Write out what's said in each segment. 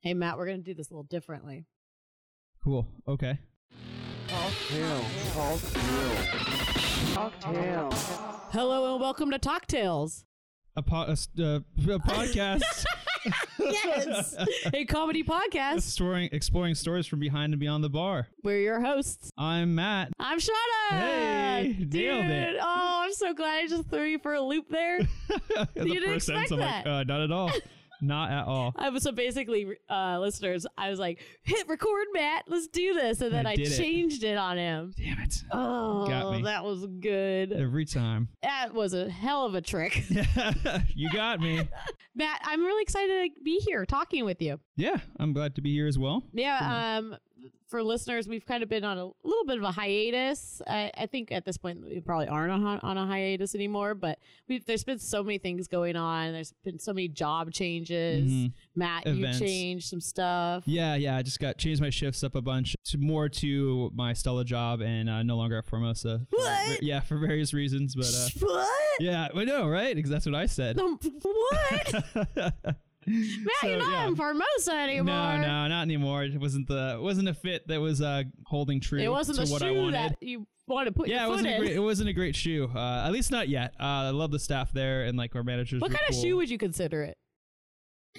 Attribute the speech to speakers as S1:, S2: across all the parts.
S1: Hey, Matt, we're going to do this a little differently.
S2: Cool. Okay.
S1: Hello and welcome to Talk Tales.
S2: A, po- a s- uh, a podcast
S1: Yes. a comedy podcast.
S2: exploring, exploring stories from behind and beyond the bar.
S1: We're your hosts.
S2: I'm Matt.
S1: I'm Shauna.
S2: Hey,
S1: Dude.
S2: nailed it.
S1: Oh, I'm so glad I just threw you for a loop there.
S2: the
S1: didn't
S2: first sentence,
S1: expect
S2: I'm
S1: that.
S2: like, uh, not at all. not at all.
S1: I was so basically, uh, listeners, I was like, hit record, Matt. Let's do this. And then
S2: I
S1: I,
S2: did it.
S1: changed it on him.
S2: Damn it. Got
S1: Oh,
S2: me.
S1: that was good.
S2: Every time.
S1: That was a hell of a trick.
S2: you got me.
S1: Matt, I'm really excited to be here talking with you.
S2: Yeah, I'm glad to be here as well.
S1: Yeah. Um, for listeners, we've kind of been on a little bit of a hiatus. I, I think at this point we probably aren't on, hi- on a hiatus anymore. But we've there's been so many things going on. There's been so many job changes.
S2: Mhm.
S1: Matt,
S2: Events.
S1: you changed some stuff.
S2: Yeah, yeah. I just got changed my shifts up a bunch to more to my Stella job and uh, no longer at Formosa. For-
S1: What?
S2: yeah, for various reasons, but uh,
S1: what?
S2: yeah, I know, right? Because that's what I said.
S1: Um, what? Matt,
S2: So,
S1: you're not
S2: yeah.
S1: in Formosa anymore.
S2: No, no, not anymore. It wasn't the it wasn't a fit that was uh, holding true.
S1: It wasn't
S2: to
S1: the
S2: what I
S1: shoe
S2: wanted.
S1: that you wanted to put
S2: yeah, it
S1: your foot
S2: wasn't a
S1: in.
S2: great it wasn't a great shoe. Uh, at least not yet. Uh, I love the staff there and like our managers.
S1: what
S2: were
S1: kind of
S2: cool.
S1: shoe would you consider it?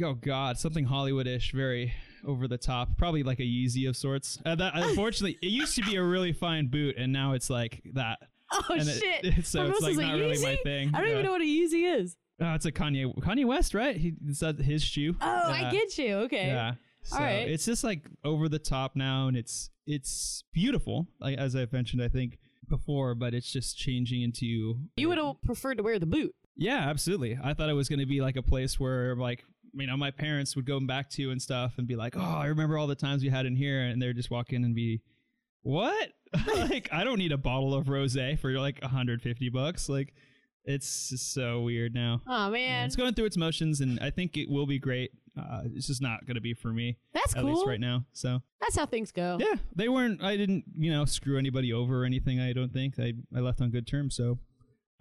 S2: Oh God, something Hollywood-ish, very over the top. Probably like a Yeezy of sorts. Uh, that unfortunately, it used to be a really fine boot, and now it's like that.
S1: Oh
S2: And it-
S1: shit!
S2: it's- so it's, like,
S1: Formosa's a
S2: not really my
S1: Yeezy?
S2: thing.
S1: I don't
S2: Yeah.
S1: even know what a Yeezy is.
S2: Oh, it's a Kanye Kanye West, right? He it's uh, his shoe.
S1: Oh, I get you. Okay.
S2: Yeah. So
S1: right.
S2: it's just like over the top now, and it's it's beautiful, like, as I've mentioned, I think before, but it's just changing into
S1: You would have preferred to wear the boot.
S2: Yeah, absolutely. I thought it was going to be like a place where like you know my parents would go back to and stuff and be like, "Oh, I remember all the times we had in here," and they'd just walk in and be, "What? like I don't need a bottle of rosé for like 150 bucks." Like it's just so weird now.
S1: Oh man,
S2: It's going through its motions, and I think it will be great. Uh, it's just not going to be for me
S1: that's
S2: at
S1: cool. Oh.
S2: least right now. So
S1: That's how things go.
S2: yeah, they weren't. I didn't, you know, screw anybody over or anything. I don't think I, I left on good terms. So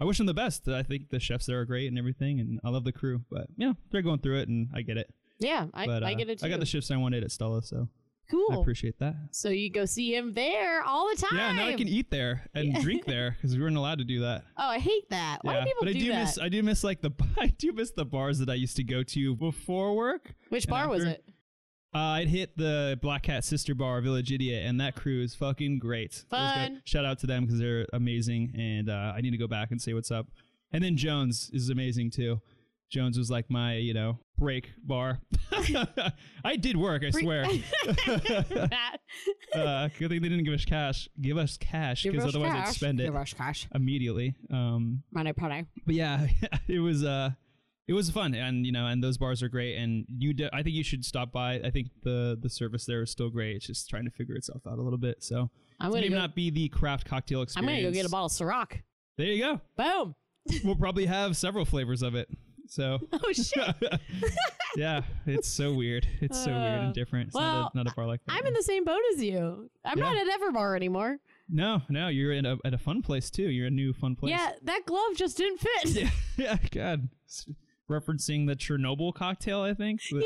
S2: I wish them the best. I think the chefs there are great and everything, and I love the crew. But you know, they're going through it, and I get it.
S1: Yeah, I,
S2: but,
S1: I
S2: uh,
S1: get it too.
S2: I got the shifts I wanted at Stella, so I
S1: cool.
S2: appreciate that.
S1: So you go see him there all the time.
S2: Yeah, now I can eat there and drink there because we weren't allowed to do that.
S1: oh, I hate that. Why
S2: yeah,
S1: do people
S2: but I
S1: do,
S2: do
S1: that?
S2: miss I do miss like the I do miss the bars that I used to go to before work.
S1: Which
S2: and
S1: bar was
S2: after-
S1: it?
S2: Uh, I'd hit the Black Hat Sister Bar, Village Idiot, and that crew is fucking great. Those guys-
S1: Fun.
S2: Shout out to them because they're amazing, and uh, I need to go back and say what's up. And then Jones is amazing too. Jones was like my, you know, break bar. I did work, I
S1: Break-
S2: swear.
S1: Matt,
S2: uh, good thing they didn't give us cash. Give us cash
S1: give
S2: because
S1: us
S2: otherwise
S1: cash.
S2: I'd spend it
S1: Give us cash.
S2: immediately. Um,
S1: Money, money.
S2: but yeah, it was uh, it was fun, and you know, and those bars are great. And you, de- I think you should stop by. I think the the service there is still great. It's just trying to figure itself out a little bit. So
S1: I'm
S2: it
S1: gonna
S2: may
S1: go,
S2: not be the craft cocktail
S1: I'm
S2: experience.
S1: gonna go get a bottle of Ciroc.
S2: There you go.
S1: Boom.
S2: We'll probably have several flavors of it. So
S1: Oh shit.
S2: yeah, it's so weird. It's so weird
S1: Uh,
S2: and different. It's
S1: well,
S2: not, a, not a bar like that.
S1: I'm in the same boat as you. I'm
S2: Yeah.
S1: not at Everbar anymore.
S2: no, no, you're in a, at a fun place too. You're in a new fun place.
S1: Yeah, that glove just didn't fit.
S2: Yeah, yeah, God. S- Referencing the Chernobyl cocktail, I think. but-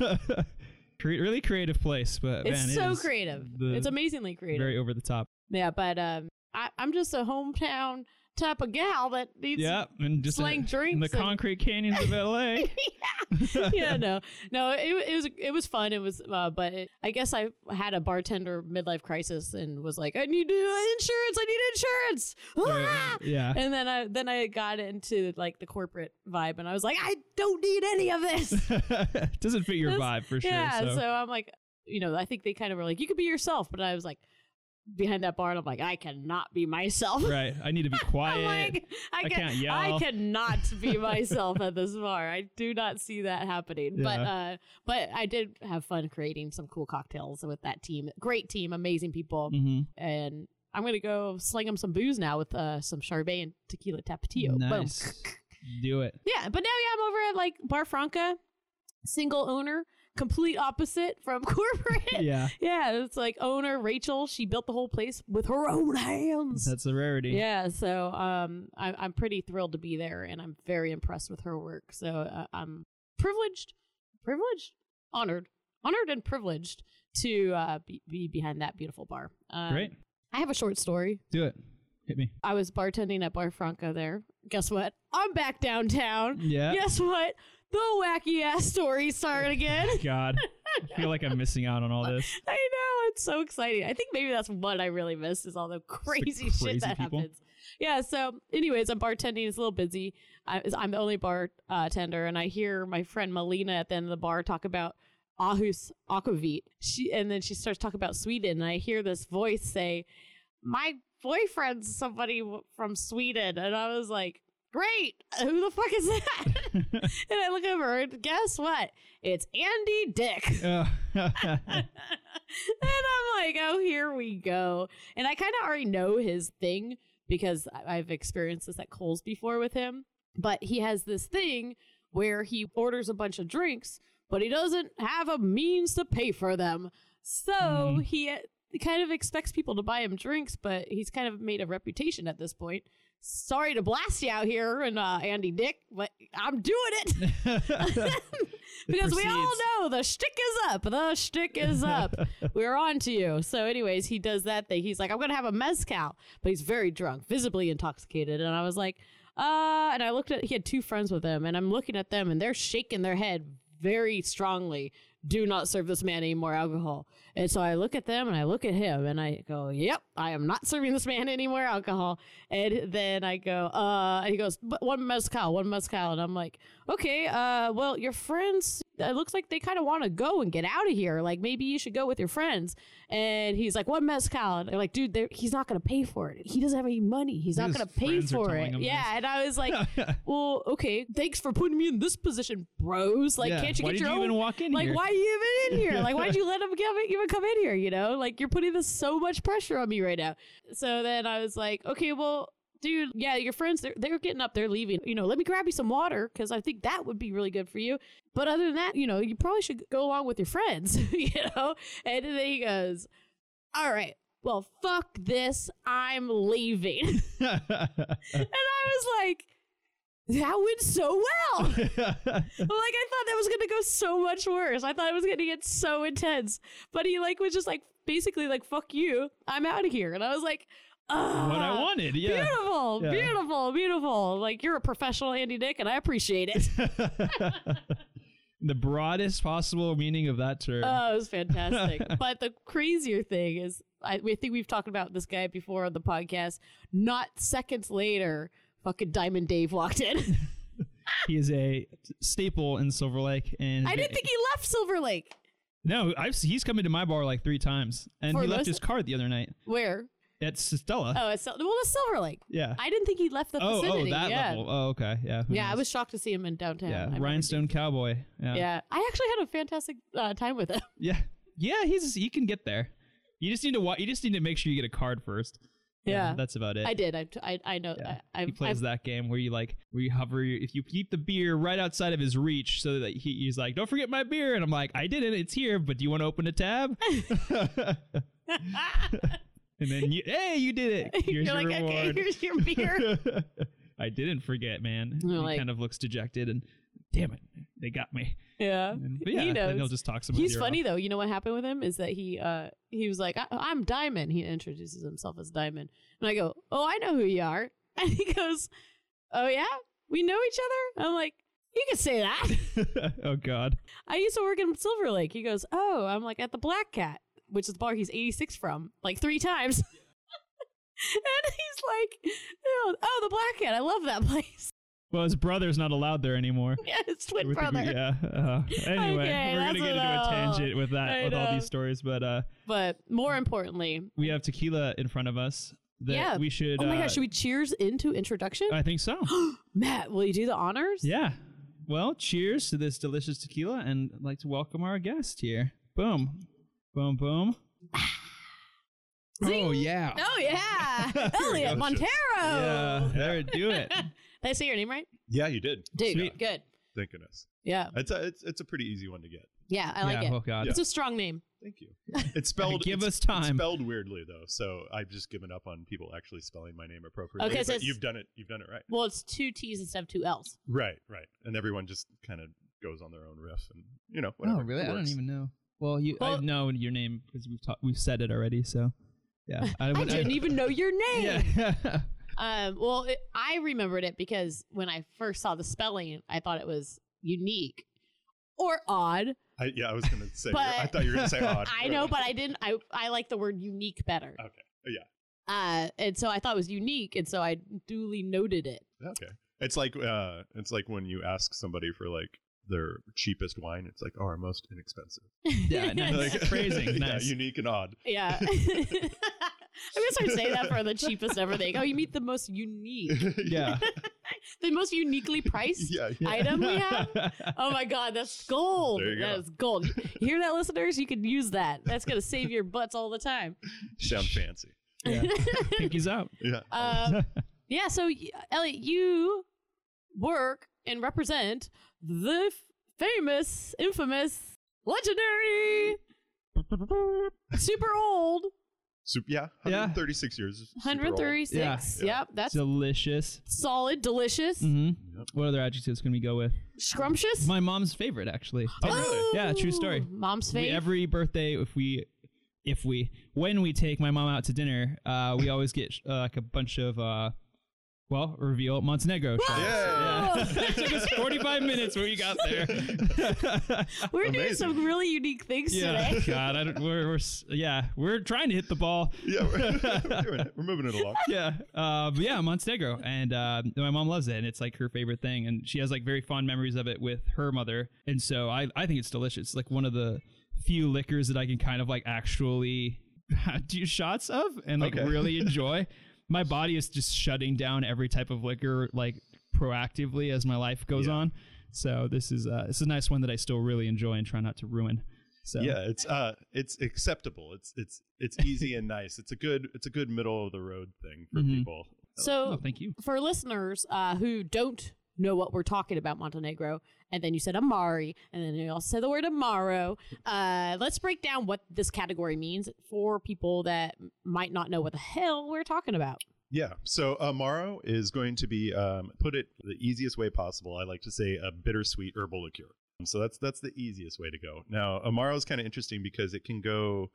S1: yeah.
S2: Cre- really creative place, but man,
S1: it's
S2: it
S1: so
S2: is
S1: creative.
S2: the-
S1: It's amazingly creative.
S2: Very over the top.
S1: yeah, but um, I, I'm just a hometown type of gal that needs.
S2: yeah, and just in-
S1: slang
S2: in the
S1: drinks and-
S2: concrete canyons of L.A.
S1: yeah, no, no. It, it was it was fun. It was, uh, but it, I guess I had a bartender midlife crisis and was like, I need to, insurance. I need insurance. Ah!
S2: yeah,
S1: And then I then I got into like the corporate vibe, and I was like, I don't need any of this.
S2: doesn't fit your
S1: This-
S2: vibe for sure.
S1: yeah,
S2: so.
S1: I'm like, you know, I think they kind of were like, you could be yourself, but I was like, behind that bar, and I'm like, I cannot be myself.
S2: right, I need to be
S1: I'm
S2: quiet.
S1: like, I,
S2: I
S1: can,
S2: can't yell.
S1: I cannot be myself at this bar. I do not see that happening. But
S2: Yeah.
S1: uh, but I did have fun creating some cool cocktails with that team. Great team, amazing people,
S2: Mhm.
S1: and I'm gonna go sling them some booze now with uh, some charbet and tequila tapatio. Boom.
S2: Nice, do it.
S1: Yeah, but now yeah, I'm over at like Bar Franca, single owner, complete opposite from corporate.
S2: Yeah,
S1: Yeah, it's like owner Rachel. She built the whole place with her own hands.
S2: that's a rarity.
S1: yeah, so um, I, I'm pretty thrilled to be there, and I'm very impressed with her work. So uh, I'm privileged, privileged, honored honored and privileged to uh, be, be behind that beautiful bar. Um,
S2: Great.
S1: I have a short story.
S2: Do it. Hit me.
S1: I was bartending at Bar Franco there. Guess what? I'm back downtown.
S2: Yeah.
S1: Guess what? The wacky ass story started again.
S2: God, I feel like I'm missing out on all this.
S1: I know it's so exciting. I think maybe that's what I really missed is all the crazy,
S2: crazy
S1: shit that
S2: people.
S1: happens. Yeah. So, anyways, I'm bartending. It's a little busy. I, I'm the only bartender, and I hear my friend Melina at the end of the bar talk about Ahus Aquavit. She and then she starts talking about Sweden, and I hear this voice say, "My boyfriend's somebody w- from Sweden," and I was like. Great! Who the fuck is that? and I look over and guess what? It's Andy Dick.
S2: Oh.
S1: and I'm like, oh, here we go. And I kind of already know his thing because I- I've experienced this at Cole's before with him. But he has this thing where he orders a bunch of drinks, but he doesn't have a means to pay for them. So
S2: Mhm.
S1: he uh, kind of expects people to buy him drinks, but he's kind of made a reputation at this point. Sorry to blast you out here and uh, Andy Dick, but I'm doing it. because we all know the shtick is up. The shtick is up. We're on to you. So, anyways, he does that thing. He's like, I'm gonna have a mezcal, but he's very drunk, visibly intoxicated. And I was like, uh, and I looked at he had two friends with him, and I'm looking at them, and they're shaking their head very strongly. Do not serve this man any more alcohol. And so I look at them and I look at him and I go, Yep, I am not serving this man any more alcohol. And then I go, uh, and he goes, but one mezcal, one mezcal. And I'm like, okay, uh, well, your friends, it looks like they kind of want to go and get out of here. Like, maybe you should go with your friends. And he's like, one mezcal. And they're like, dude, they're- he's not going to pay for it. He doesn't have any money. He's not
S2: His
S1: going to pay
S2: friends are
S1: for
S2: telling
S1: it.
S2: him this.
S1: Yeah. And I was like, well, okay, thanks for putting me in this position, bros. Like, can't you
S2: why
S1: get
S2: did
S1: your
S2: you
S1: own
S2: even walk in
S1: like
S2: here?
S1: why are you even in here like why'd you let him come in, even come in here you know like you're putting this so much pressure on me right now so then i was like okay well dude yeah your friends they're, they're getting up they're leaving you know let me grab you some water because i think that would be really good for you but other than that you know you probably should go along with your friends you know and then he goes all right well fuck this i'm leaving and i was like that went so well well, like I thought that was gonna go so much worse. I thought it was gonna get so intense. But he like was just like basically like fuck you, I'm out of here. And I was like, ah,
S2: what I wanted, yeah.
S1: Beautiful,
S2: Yeah.
S1: beautiful, beautiful. Like you're a professional Andy Dick, and I appreciate it.
S2: the broadest possible meaning of that term.
S1: Oh, it was fantastic. but the crazier thing is, I, we think we've talked about this guy before on the podcast. Not seconds later, fucking Diamond Dave walked in.
S2: he is a staple in Silver Lake, and
S1: I didn't think he left Silver Lake.
S2: no, I've s- he's come into my bar like three times, and
S1: For
S2: he left
S1: listen-
S2: his card the other night
S1: Where?
S2: at Stella.
S1: Oh, it's Sil- well, it's Silver Lake.
S2: yeah.
S1: I didn't think he left the
S2: oh, oh,
S1: vicinity.
S2: that
S1: yeah.
S2: level. Oh, okay, yeah. who
S1: Yeah, I
S2: knows?
S1: was shocked to see him in downtown. I
S2: Yeah,
S1: remember
S2: Rhinestone Cowboy.
S1: seeing-
S2: Yeah.
S1: Yeah, I actually had a fantastic uh, time with him.
S2: Yeah. Yeah, he's he can get there. You just need to wa- you just need to make sure you get a card first.
S1: Yeah.
S2: that's about it.
S1: I did. I, I, I know.
S2: Yeah.
S1: I, I,
S2: he plays
S1: I,
S2: that game where you like where you hover your, if you keep the beer right outside of his reach so that he, he's like, "Don't forget my beer." And I'm like, "I did it. It's here, but do you want to open a tab?" and then you, "Hey, you did it. Here's
S1: You're
S2: your
S1: like, okay,
S2: reward."
S1: here's your beer.
S2: I didn't forget, man.
S1: You're
S2: he
S1: like-
S2: kind of looks dejected and damn it, they got me.
S1: yeah.
S2: And, but
S1: He
S2: yeah,
S1: knows.
S2: and they'll just talk some.
S1: He's
S2: beer
S1: funny though. You know what happened with him is that he uh he was like, I- "I'm Diamond." He introduces himself as Diamond, and I go, "Oh, I know who you are." And he goes, "Oh yeah, we know each other." I'm like, "You can say that."
S2: off. oh God.
S1: I used to work in Silver Lake. He goes, Oh, I'm like at the Black Cat, which is the bar he's 86 from, like three times. and he's like, oh, oh, the Black Cat. I love that place.
S2: Well, his brother's not allowed there anymore.
S1: yeah, his twin
S2: With the-
S1: brother.
S2: yeah. uh, anyway,
S1: Okay,
S2: we're
S1: that's
S2: gonna get into a
S1: enough.
S2: tangent with that
S1: I
S2: with all
S1: know.
S2: these stories, but uh,
S1: But more importantly,
S2: we have tequila in front of us that
S1: Yeah.
S2: we should.
S1: oh my
S2: uh,
S1: gosh, should we cheers into introduction?
S2: I think so.
S1: Matt, will you do the honors?
S2: yeah. Well, cheers to this delicious tequila, and I'd like to welcome our guest here. Boom, boom, boom.
S1: Zing.
S2: Oh yeah.
S1: Oh, yeah. Elliot
S3: Delicious.
S1: Montero. Oh.
S2: Yeah, there, do it.
S1: Did I say your name right?
S3: Yeah, you did.
S1: Dude,
S2: Sweet.
S1: good.
S3: Thank goodness.
S1: Yeah.
S3: It's a, it's, it's a pretty easy one to get.
S1: Yeah, I like
S2: yeah,
S1: it.
S2: Oh God.
S1: It's a strong name.
S3: Thank you. It's spelled.
S2: Give
S3: it's-
S2: us time.
S3: It's spelled weirdly though, so I've just given up on people actually spelling my name appropriately.
S1: Okay, so
S3: but
S1: it's-
S3: you've done it. You've done it right.
S1: Well, it's two T's instead of two L's.
S3: Right, right. And everyone just kind of goes on their own riff, and you know whatever.
S2: Oh really?
S3: It
S2: I don't
S3: works.
S2: even know. Well, you I
S1: Well-
S2: know your name because we've ta- we've said it already. So yeah,
S1: I
S2: would-
S1: didn't even know your name.
S2: Yeah.
S1: Um, well, it, I remembered it because when I first saw the spelling, I thought it was unique or odd.
S3: I, yeah, I was gonna say. you're- I
S1: But-
S3: thought you were gonna say odd.
S1: I know, but I didn't. I I like the word unique better.
S3: Okay. Yeah.
S1: Uh, and so I thought it was unique, and so I duly noted it.
S3: Okay. It's like uh, it's like when you ask somebody for like their cheapest wine. It's like, oh, our most inexpensive.
S2: Yeah, no,
S3: Like,
S2: Nice. Phrasing, nice.
S3: Yeah, unique and odd.
S1: Yeah. I'm gonna start saying that for the cheapest everything. Oh, you meet the most unique,
S2: Yeah.
S1: the most uniquely priced.
S3: yeah. yeah.
S1: Item we have? Oh my God, that's gold.
S3: There you
S1: That
S3: go.
S1: is gold. You Hear that, listeners? You can use that. That's gonna save your butts all the time.
S3: Sound fancy.
S2: yeah. Pinkies out.
S3: Yeah.
S1: Um, yeah. So, y- Elliot, you work and represent the f- famous, infamous, legendary, super old
S3: So, yeah.
S2: Yeah.
S3: 136 years. is super old.
S1: 136.
S3: Yeah.
S1: Yep, that's
S2: Delicious.
S1: solid, delicious,
S2: hmm
S3: Yep.
S2: What other adjectives can we go with?
S1: scrumptious.
S2: My mom's favorite, actually.
S3: Oh, really?
S2: Yeah, true story.
S1: Ooh, Mom's
S2: We-
S1: fave.
S2: every birthday, if we, if we, when we take my mom out to dinner, uh, we always get uh, like a bunch of, uh, well, reveal Montenegro. shots.
S3: Yeah.
S2: it took us 45 minutes when we got there.
S1: We're doing
S3: Amazing.
S1: some really unique things
S2: yeah,
S1: today.
S2: God, I don't, we're, we're s- yeah, we're trying to hit the ball.
S3: Yeah. We're, we're doing it. We're moving it along.
S2: yeah. Uh, but yeah, Montenegro. And uh, my mom loves it. And it's like her favorite thing. And she has like very fond memories of it with her mother. And so I, I think it's delicious. It's like one of the few liquors that I can kind of like actually do shots of and like
S3: Okay.
S2: really enjoy. my body is just shutting down every type of liquor like proactively as my life goes
S3: Yeah.
S2: on. So this is uh, this is a nice one that I still really enjoy and try not to ruin. So
S3: Yeah, it's uh, it's acceptable. It's it's it's easy and nice. It's a good it's a good middle of the road thing for
S2: Mhm.
S3: people.
S2: Oh,
S1: So,
S2: thank you.
S1: for listeners uh, who don't know what we're talking about, Montenegro, and then you said Amari, and then you also said the word Amaro. Uh, let's break down what this category means for people that m- might not know what the hell we're talking about.
S3: Yeah. So Amaro is going to be um, put it the easiest way possible. I like to say a bittersweet herbal liqueur. Um, So that's that's the easiest way to go. Now Amaro is kind of interesting because it can go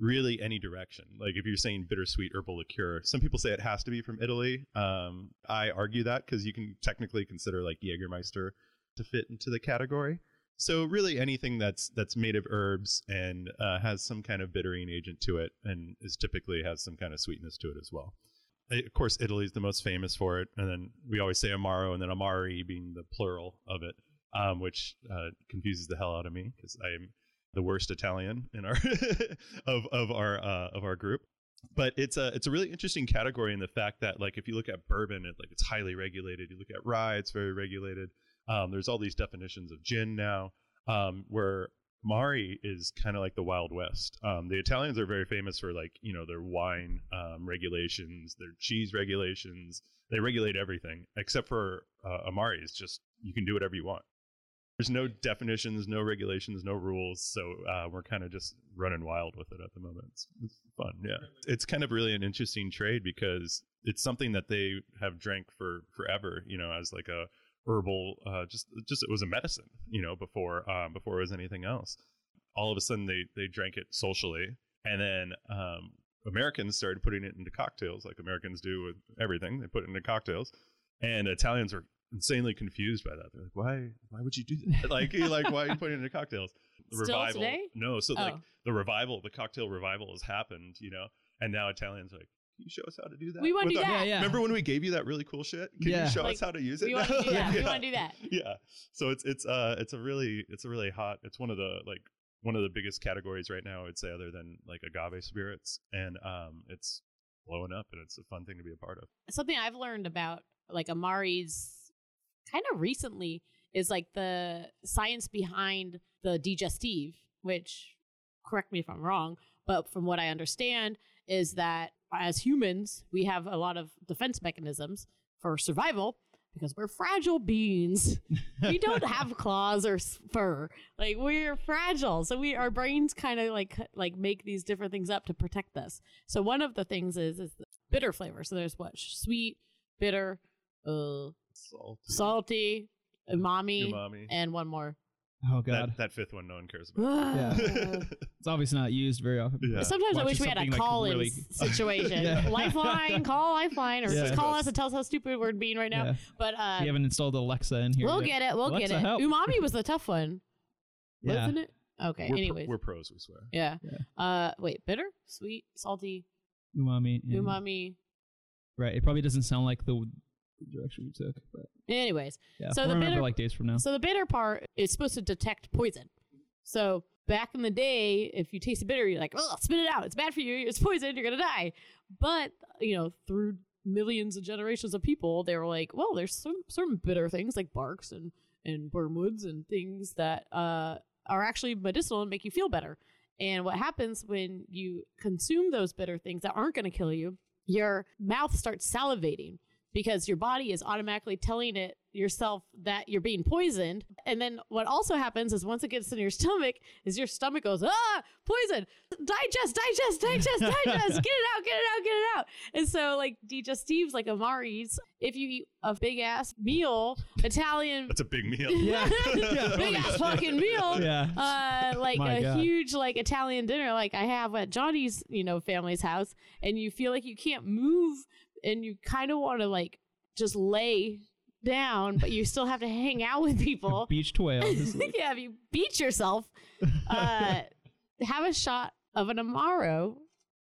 S3: really any direction. Like if you're saying bittersweet herbal liqueur, some people say it has to be from Italy. Um, I argue that because you can technically consider like Jägermeister to fit into the category. So really anything that's that's made of herbs and uh, has some kind of bittering agent to it and is typically has some kind of sweetness to it as well it- of course, Italy's the most famous for it, and then we always say Amaro, and then Amari being the plural of it, um, which uh, confuses the hell out of me because I'm the worst Italian in our of of our uh, of our group. But it's a it's a really interesting category in the fact that like if you look at bourbon, it like it's highly regulated. You look at rye, it's very regulated. Um, there's all these definitions of gin now, um, where Mari is kind of like the Wild West. Um, the Italians are very famous for like you know their wine um, regulations, their cheese regulations. They regulate everything except for uh, Amari. It's just you can do whatever you want. There's no definitions, no regulations, no rules. So uh, we're kind of just running wild with it at the moment. It's, it's fun, yeah. It's kind of really an interesting trade because it's something that they have drank for forever. You know, as like a herbal uh, just just it was a medicine you know before um, before it was anything else all of a sudden they they drank it socially and then um, americans started putting it into cocktails like americans do with everything they put it into cocktails and italians were insanely confused by that they're like why why would you do that like you're like why are you putting it into cocktails
S1: Still today?
S3: no so like
S1: Oh.
S3: the revival the cocktail revival has happened you know and now italians are like can you show us how to do that
S1: We wanna do
S3: Without-
S1: that.
S2: Yeah, yeah.
S3: Remember when we gave you that really cool shit? Can
S2: Yeah.
S3: you show
S1: Like,
S3: us how to use it?
S1: We want to Oh, do that. We
S3: Yeah.
S1: want to do that.
S3: Yeah. So it's it's uh it's a really it's a really hot it's one of the like one of the biggest categories right now I'd say other than like agave spirits and um it's blowing up and it's a fun thing to be a part of.
S1: Something I've learned about like Amari's kind of recently is like the science behind the digestive, which correct me if I'm wrong, but from what I understand is that as humans, we have a lot of defense mechanisms for survival because we're fragile beings. we don't have claws or s- fur. Like we're fragile. So we our brains kind of like like make these different things up to protect us. So one of the things is is the bitter flavor. So there's what? Sweet, bitter, uh
S3: Salt.
S1: salty, umami,
S3: Umami.
S1: and one more.
S2: Oh god,
S3: That, that fifth one no one cares about.
S1: Ugh.
S2: it's obviously not used very often.
S3: yeah.
S1: Sometimes I wish
S2: Watching
S1: we had a
S2: something, like,
S1: call in
S2: really-
S1: situation.
S2: Yeah.
S1: Lifeline, call Lifeline, or
S2: Yeah.
S1: just call us and tell us how stupid we're being right now.
S2: Yeah.
S1: But uh,
S2: We haven't installed Alexa in here.
S1: we'll
S2: yet.
S1: get it. We'll
S2: Alexa,
S1: get it.
S2: help.
S1: Umami was the tough one,
S2: Yeah.
S1: wasn't it? Okay.
S3: We're, pro-
S1: anyways,
S3: we're pros, we swear.
S1: yeah.
S2: Yeah.
S1: Uh, wait, bitter, sweet, salty,
S2: umami. and-
S1: umami.
S2: Right. It probably doesn't sound like the direction we took, but
S1: Anyways,
S2: yeah.
S1: So
S2: we'll
S1: the
S2: remember
S1: bitter-
S2: like days from now.
S1: so the bitter part is supposed to detect poison. So back in the day, if you taste a bitter, you're like, oh, spit it out. It's bad for you. It's poison. You're gonna die. But you know, through millions of generations of people, they were like, well, there's some certain bitter things like barks and and wormwoods and things that uh, are actually medicinal and make you feel better. And what happens when you consume those bitter things that aren't going to kill you? Your mouth starts salivating because your body is automatically telling it yourself that you're being poisoned. And then what also happens is once it gets in your stomach, is your stomach goes, ah, poison, digest, digest, digest, digest, get it out, get it out, get it out. And so like digestives like Amari's, if you eat a big ass meal, Italian
S3: That's a big meal.
S2: Yeah. Yeah.
S1: big ass fucking meal.
S2: yeah.
S1: Uh, like
S2: My
S1: a
S2: God.
S1: huge like Italian dinner like I have at Johnny's, you know, family's house, and you feel like you can't move, and you kind of want to like just lay down, but you still have to hang out with people.
S2: Beach whale. Just like-
S1: yeah, if you beat yourself, uh, have a shot of an amaro,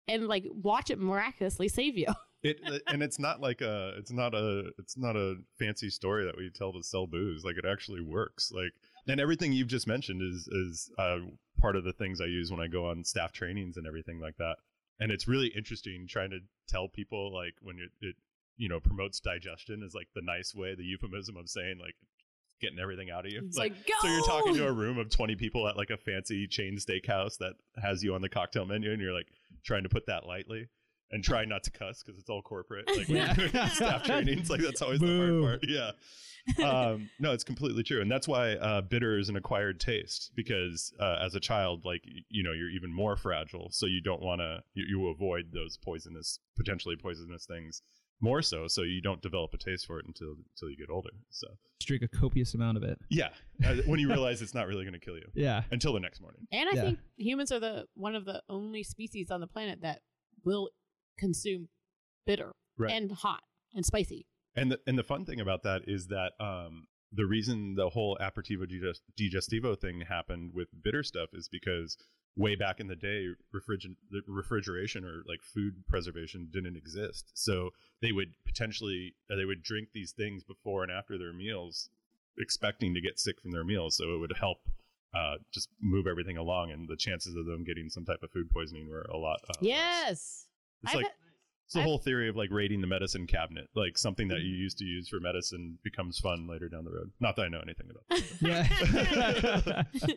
S1: and like watch it miraculously save you.
S3: It uh, and it's not like a it's not a it's not a fancy story that we tell to sell booze. Like it actually works. Like and everything you've just mentioned is is uh, part of the things I use when I go on staff trainings and everything like that. And it's really interesting trying to tell people like when it, it you know promotes digestion is like the nice way the euphemism of saying like getting everything out of you.
S1: It's like,
S3: so you're talking to
S1: "Go!"
S3: a room of 20 people at like a fancy chain steakhouse that has you on the cocktail menu and you're like trying to put that lightly and try not to cuss because it's all corporate like when
S2: Yeah.
S3: you're doing staff trainings like that's always
S2: Boo.
S3: the hard part yeah um, no it's completely true and that's why uh, bitter is an acquired taste because uh, as a child like y- you know you're even more fragile so you don't want to you, you avoid those poisonous potentially poisonous things more so so you don't develop a taste for it until until you get older so
S2: Just drink a copious amount of it.
S3: yeah uh, when you realize it's not really going to kill you
S2: Yeah.
S3: until the next morning.
S1: And I
S2: Yeah.
S1: think humans are the one of the only species on the planet that will consume bitter
S3: Right.
S1: and hot and spicy.
S3: And the, and the fun thing about that is that um, the reason the whole aperitivo digest- digestivo thing happened with bitter stuff is because way back in the day, refriger- the refrigeration or like food preservation didn't exist. So they would potentially uh, they would drink these things before and after their meals, expecting to get sick from their meals. So it would help. Uh, just move everything along, and the chances of them getting some type of food poisoning were a lot. Uh, less.
S1: Yes.
S3: it's
S1: I've
S3: like It's the
S1: I've-
S3: whole theory of like raiding the medicine cabinet, like something that you
S2: Mm.
S3: used to use for medicine becomes fun later down the road. Not that I know anything about.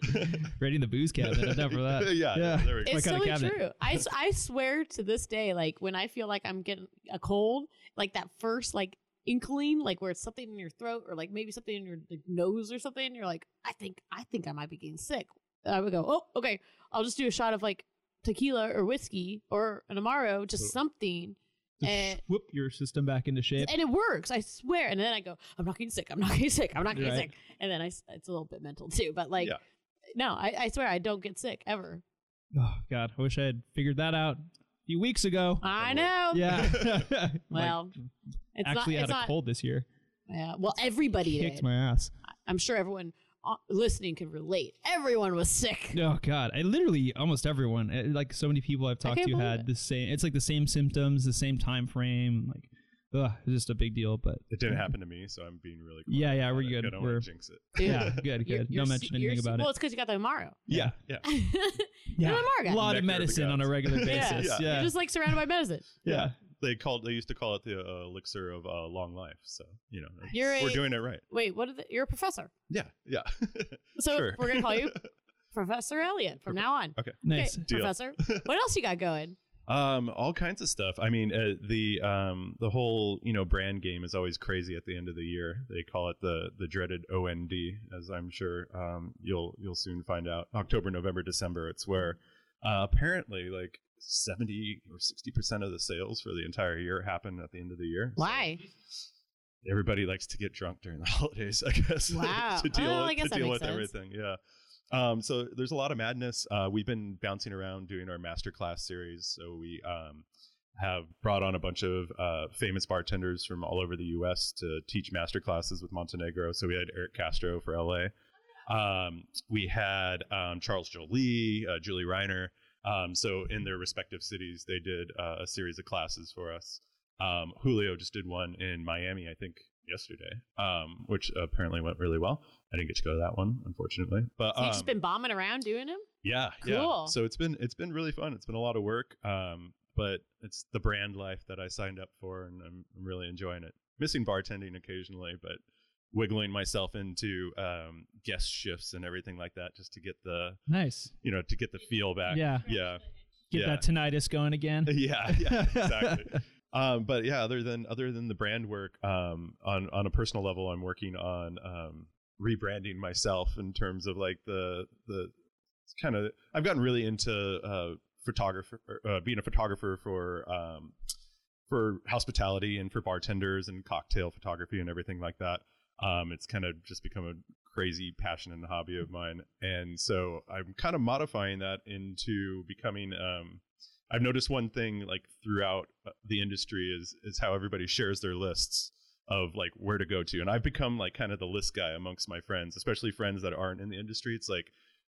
S2: Yeah. Raiding the booze cabinet. I've done for that.
S3: yeah, yeah,
S2: Yeah.
S3: There we go.
S1: It's
S2: Click on a
S1: totally
S2: cabinet.
S1: true. I, s- I swear to this day, like when I feel like I'm getting a cold, like that first like inkling, like where it's something in your throat or like maybe something in your like, nose or something, you're like, I think I think I might be getting sick. And I would go, oh, okay, I'll just do a shot of like tequila or whiskey or an amaro, just something. Eh.
S2: Just whoop your system back into shape.
S1: and it works i swear and then i go i'm not getting sick i'm not getting sick i'm not getting
S2: Right.
S1: sick and then i s- it's a little bit mental too but like
S3: Yeah.
S1: no I, I swear i don't get sick ever
S2: Oh God, I wish I had figured that out a few weeks ago.
S1: i know
S2: yeah. I'm
S1: Um, Well,
S2: like,
S1: it's
S2: actually
S1: not,
S2: had
S1: it's
S2: a
S1: not,
S2: cold this year.
S1: yeah well everybody
S2: Kicked
S1: did
S2: my ass.
S1: i'm sure everyone uh, listening can relate everyone was sick
S2: Oh God, I literally almost everyone, eh, like so many people I've talked
S1: can't
S2: to,
S1: believe
S2: had
S1: it.
S2: the same. It's like the same symptoms, the same time frame. Like, ugh, it's just a big deal. But
S3: It didn't happen to me, so I'm being really. quiet
S2: Yeah, yeah,
S3: about
S2: we're
S3: it.
S2: good.
S3: I don't
S2: We're-
S3: want to jinx it.
S1: Dude,
S2: yeah, good,
S1: you're-
S2: good.
S1: you're
S2: Don't
S1: su-
S2: mention
S1: you're
S2: anything
S1: su-
S2: about
S1: well
S2: it.
S1: it's because you got the amaro
S3: Yeah, yeah.
S1: you're an amaro
S2: a
S1: guy.
S2: lot
S3: Nectar of
S2: of
S3: the
S2: medicine on a
S3: gods.
S2: regular
S1: Yeah.
S2: basis.
S3: Yeah.
S1: you're
S2: Yeah,
S1: just like surrounded by medicine
S2: yeah.
S3: They called. They used to call it the uh, elixir of uh, long life. So you know, it's-
S1: You're
S3: we're
S1: a-
S3: doing it right.
S1: wait what are the, you're a professor
S3: Yeah, yeah.
S1: so
S3: Sure.
S1: we're gonna call you professor elliot from now on
S2: Nice.
S1: okay,
S3: Deal.
S1: professor what else you got going
S3: Um, all kinds of stuff. I mean, uh, the um, the whole you know brand game is always crazy at the end of the year. They call it the the dreaded OND, as I'm sure um, you'll you'll soon find out. October, November, December. It's where uh, apparently like seventy or sixty percent of the sales for the entire year happen at the end of the year. So-
S1: why
S3: everybody likes to get drunk during the holidays, I guess.
S1: Wow.
S3: to deal
S1: Oh, I
S3: with,
S1: guess
S3: to
S1: that
S3: deal
S1: makes
S3: with
S1: sense.
S3: everything. Yeah. Um, so there's a lot of madness. Uh, we've been bouncing around doing our masterclass series. So we um, have brought on a bunch of uh, famous bartenders from all over the U.S. to teach masterclasses with Montenegro. So we had Eric Castro for L.A. Um, we had um, Charles Jolie, uh, Julie Reiner. Um, so in their respective cities, they did uh, a series of classes for us. Um, Julio just did one in Miami, I think, yesterday, um, which apparently went really well. I didn't get to go to that one, unfortunately. But
S1: So you've just
S3: um,
S1: been bombing around doing them?
S3: yeah, yeah.
S1: Cool.
S3: So it's been it's been really fun. It's been a lot of work, um, but it's the brand life that I signed up for, and I'm, I'm really enjoying it. Missing bartending occasionally, but wiggling myself into um, guest shifts and everything like that just to get the
S2: Nice.
S3: you know to get the feel back.
S2: Yeah.
S3: yeah.
S2: Get
S3: Yeah.
S2: that tinnitus going again.
S3: yeah, yeah, exactly. um, but yeah, other than other than the brand work, um, on on a personal level, I'm working on um, rebranding myself in terms of like the the kind of I've gotten really into uh, photographer uh, being a photographer for um, for hospitality and for bartenders and cocktail photography and everything like that. Um, it's kind of just become a crazy passion and hobby of mine, and so I'm kind of modifying that into becoming. Um, I've noticed one thing like throughout uh, the industry is is how everybody shares their lists of like where to go to, and I've become like kind of the list guy amongst my friends, especially friends that aren't in the industry. It's like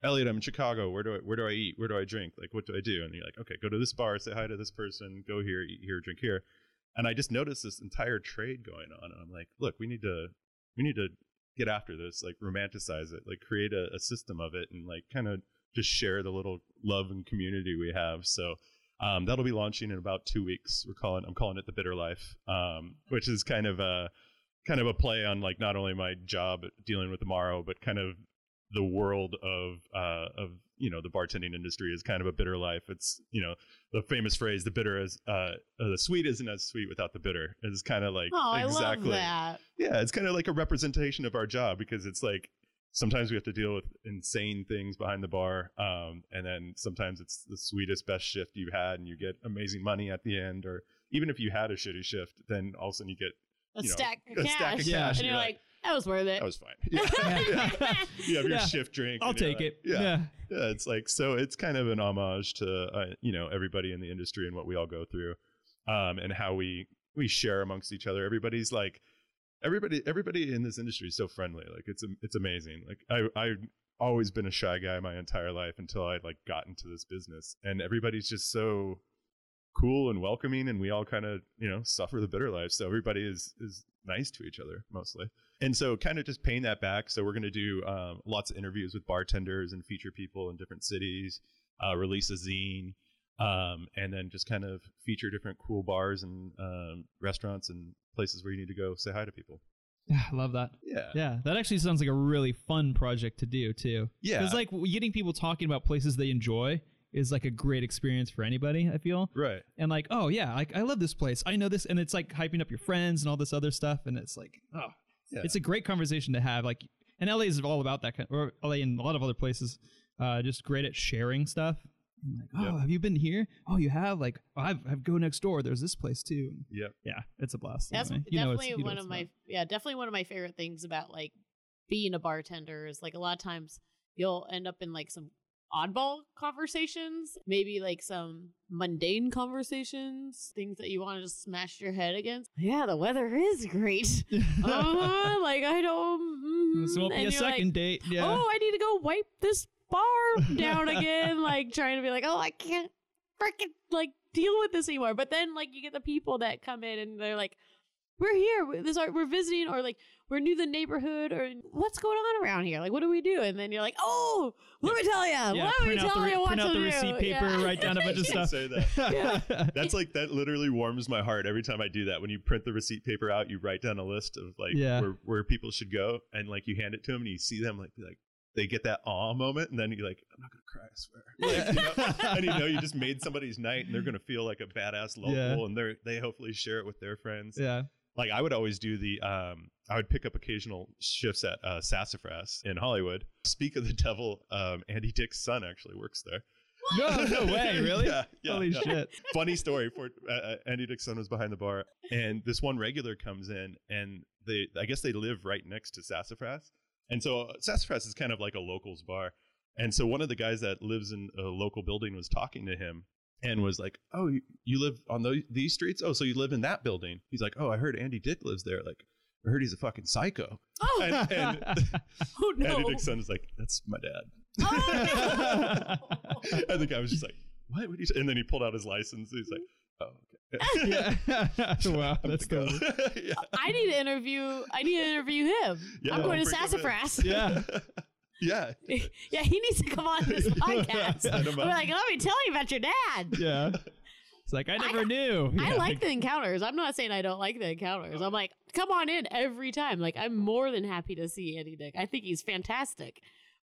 S3: Elliot, I'm in Chicago. Where do I where do I eat? Where do I drink? Like what do I do? And you're like, okay, go to this bar, say hi to this person, go here, eat here, drink here. And I just noticed this entire trade going on, and I'm like, look, we need to we need to get after this, like romanticize it, like create a, a system of it, and like kind of just share the little love and community we have. So um, that'll be launching in about two weeks. We're calling I'm calling it the Bitter Life, um, which is kind of a kind of a play on like not only my job dealing with tomorrow, but kind of the world of uh, of you know the bartending industry is kind of a bitter life. It's you know the famous phrase, "The bitter is uh, uh, the sweet isn't as sweet without the bitter." Is kind of like
S1: Oh,
S3: exactly
S1: I love that.
S3: yeah, it's kind of like a representation of our job because it's like sometimes we have to deal with insane things behind the bar, um, and then sometimes it's the sweetest, best shift you had, and you get amazing money at the end, or even if you had a shitty shift, then all of a sudden you get
S1: A
S3: you know,
S1: stack of
S3: a
S1: cash.
S3: stack of
S2: Yeah.
S3: cash,
S1: and you're like, that was worth it.
S3: that was fine. Yeah, yeah. you have your
S2: Yeah.
S3: shift drink.
S2: I'll
S3: and you're
S2: take
S3: like,
S2: it. Yeah.
S3: yeah, it's like so. It's kind of an homage to uh, you know everybody in the industry and what we all go through, um, and how we we share amongst each other. Everybody's like, everybody everybody in this industry is so friendly. Like it's am- it's amazing. Like I I've always been a shy guy my entire life until I like got into this business, and everybody's just so cool and welcoming, and we all kind of you know suffer the bitter life. So everybody is is nice to each other mostly and so kind of just paying that back so we're going to do um, lots of interviews with bartenders and feature people in different cities uh, release a zine um, and then just kind of feature different cool bars and um, restaurants and places where you need to go say hi to people
S2: Yeah, I love that.
S3: yeah
S2: Yeah, that actually sounds like a really fun project to do too.
S3: yeah
S2: Because like getting people talking about places they enjoy is like a great experience for anybody. I feel
S3: right
S2: and like oh yeah, I, I love this place. I know this, and it's like hyping up your friends and all this other stuff, and it's like oh,
S3: Yeah.
S2: it's a great conversation to have. Like and LA is all about that kind, or LA and a lot of other places, uh, just great at sharing stuff. And like oh,
S3: Yeah.
S2: have you been here? Oh, you have. Like oh, I've I've go next door. There's this place too.
S3: Yep.
S2: Yeah, it's a blast.
S1: That's
S2: anyway. You know it's-
S1: definitely
S2: you know
S1: one
S2: it's
S1: of
S2: fun.
S1: my yeah, definitely one of my favorite things about like being a bartender is like a lot of times you'll end up in like some oddball conversations, maybe like some mundane conversations, things that you want to just smash your head against. Yeah, the weather is great. uh, like I don't.
S2: This
S1: mhm.
S2: won't be
S1: And
S2: a
S1: you're like,
S2: second date. Yeah.
S1: Oh, I need to go wipe this bar down again. like trying to be like, oh, I can't freaking like deal with this anymore. But then like you get the people that come in and they're like, we're here. we- This are we're visiting or like we're new to the neighborhood or what's going on around here? Like what do we do? And then you're like, oh, let me tell you.
S2: Yeah,
S1: let me
S2: print out
S1: tell
S2: the re-
S1: you what
S2: print
S1: to
S2: out the
S1: do.
S2: receipt
S1: Yeah.
S2: paper, write down a bunch of
S3: Just
S2: stuff.
S3: say that that's like that literally warms my heart every time i do that when you print the receipt paper out you write down a list of like
S2: Yeah.
S3: where, where people should go and like you hand it to them and you see them like be like they get that awe moment and then you're like i'm not gonna cry i swear like, you know? and you know you just made somebody's night and they're gonna feel like a badass local
S2: Yeah.
S3: and they're they hopefully share it with their friends
S2: yeah.
S3: like i would always do the um i would pick up occasional shifts at uh, sassafras in hollywood speak of the devil um andy dick's son actually works there
S2: No, Oh, no way, really?
S3: yeah, yeah,
S2: Holy
S3: yeah
S2: shit.
S3: funny story for uh, uh, Andy Dick's son was behind the bar, and this one regular comes in, and they I guess they live right next to Sassafras, and so uh, Sassafras is kind of like a locals bar. And so one of the guys that lives in a local building was talking to him and was like, "Oh, you, you live on tho- these streets? Oh, so you live in that building?" He's like, "Oh, I heard Andy Dick lives there. Like, I heard he's a fucking psycho."
S1: Oh,
S3: And, and
S1: oh no.
S3: Andy Dick's son is like, "That's my dad."
S1: Oh, no.
S3: I think I was just like, "What would you?" say?" And then he pulled out his license. He's like, "Oh, okay."
S2: yeah. wow,
S3: I'm
S2: that's
S3: to go.
S2: the
S3: yeah.
S1: I need to interview. I need to interview him.
S3: Yeah,
S1: I'm going to
S3: bring him in.
S1: Sassafras.
S2: yeah.
S3: yeah.
S1: yeah, he needs to come on this podcast.
S3: Set
S1: I'm
S3: 'em up.
S1: like, let me tell you about your dad.
S2: Yeah. It's like I never knew.
S1: I
S2: Yeah.
S1: like the encounters. I'm not saying I don't like the encounters. I'm like, come on in every time. Like, I'm more than happy to see Andy Dick. I think he's fantastic.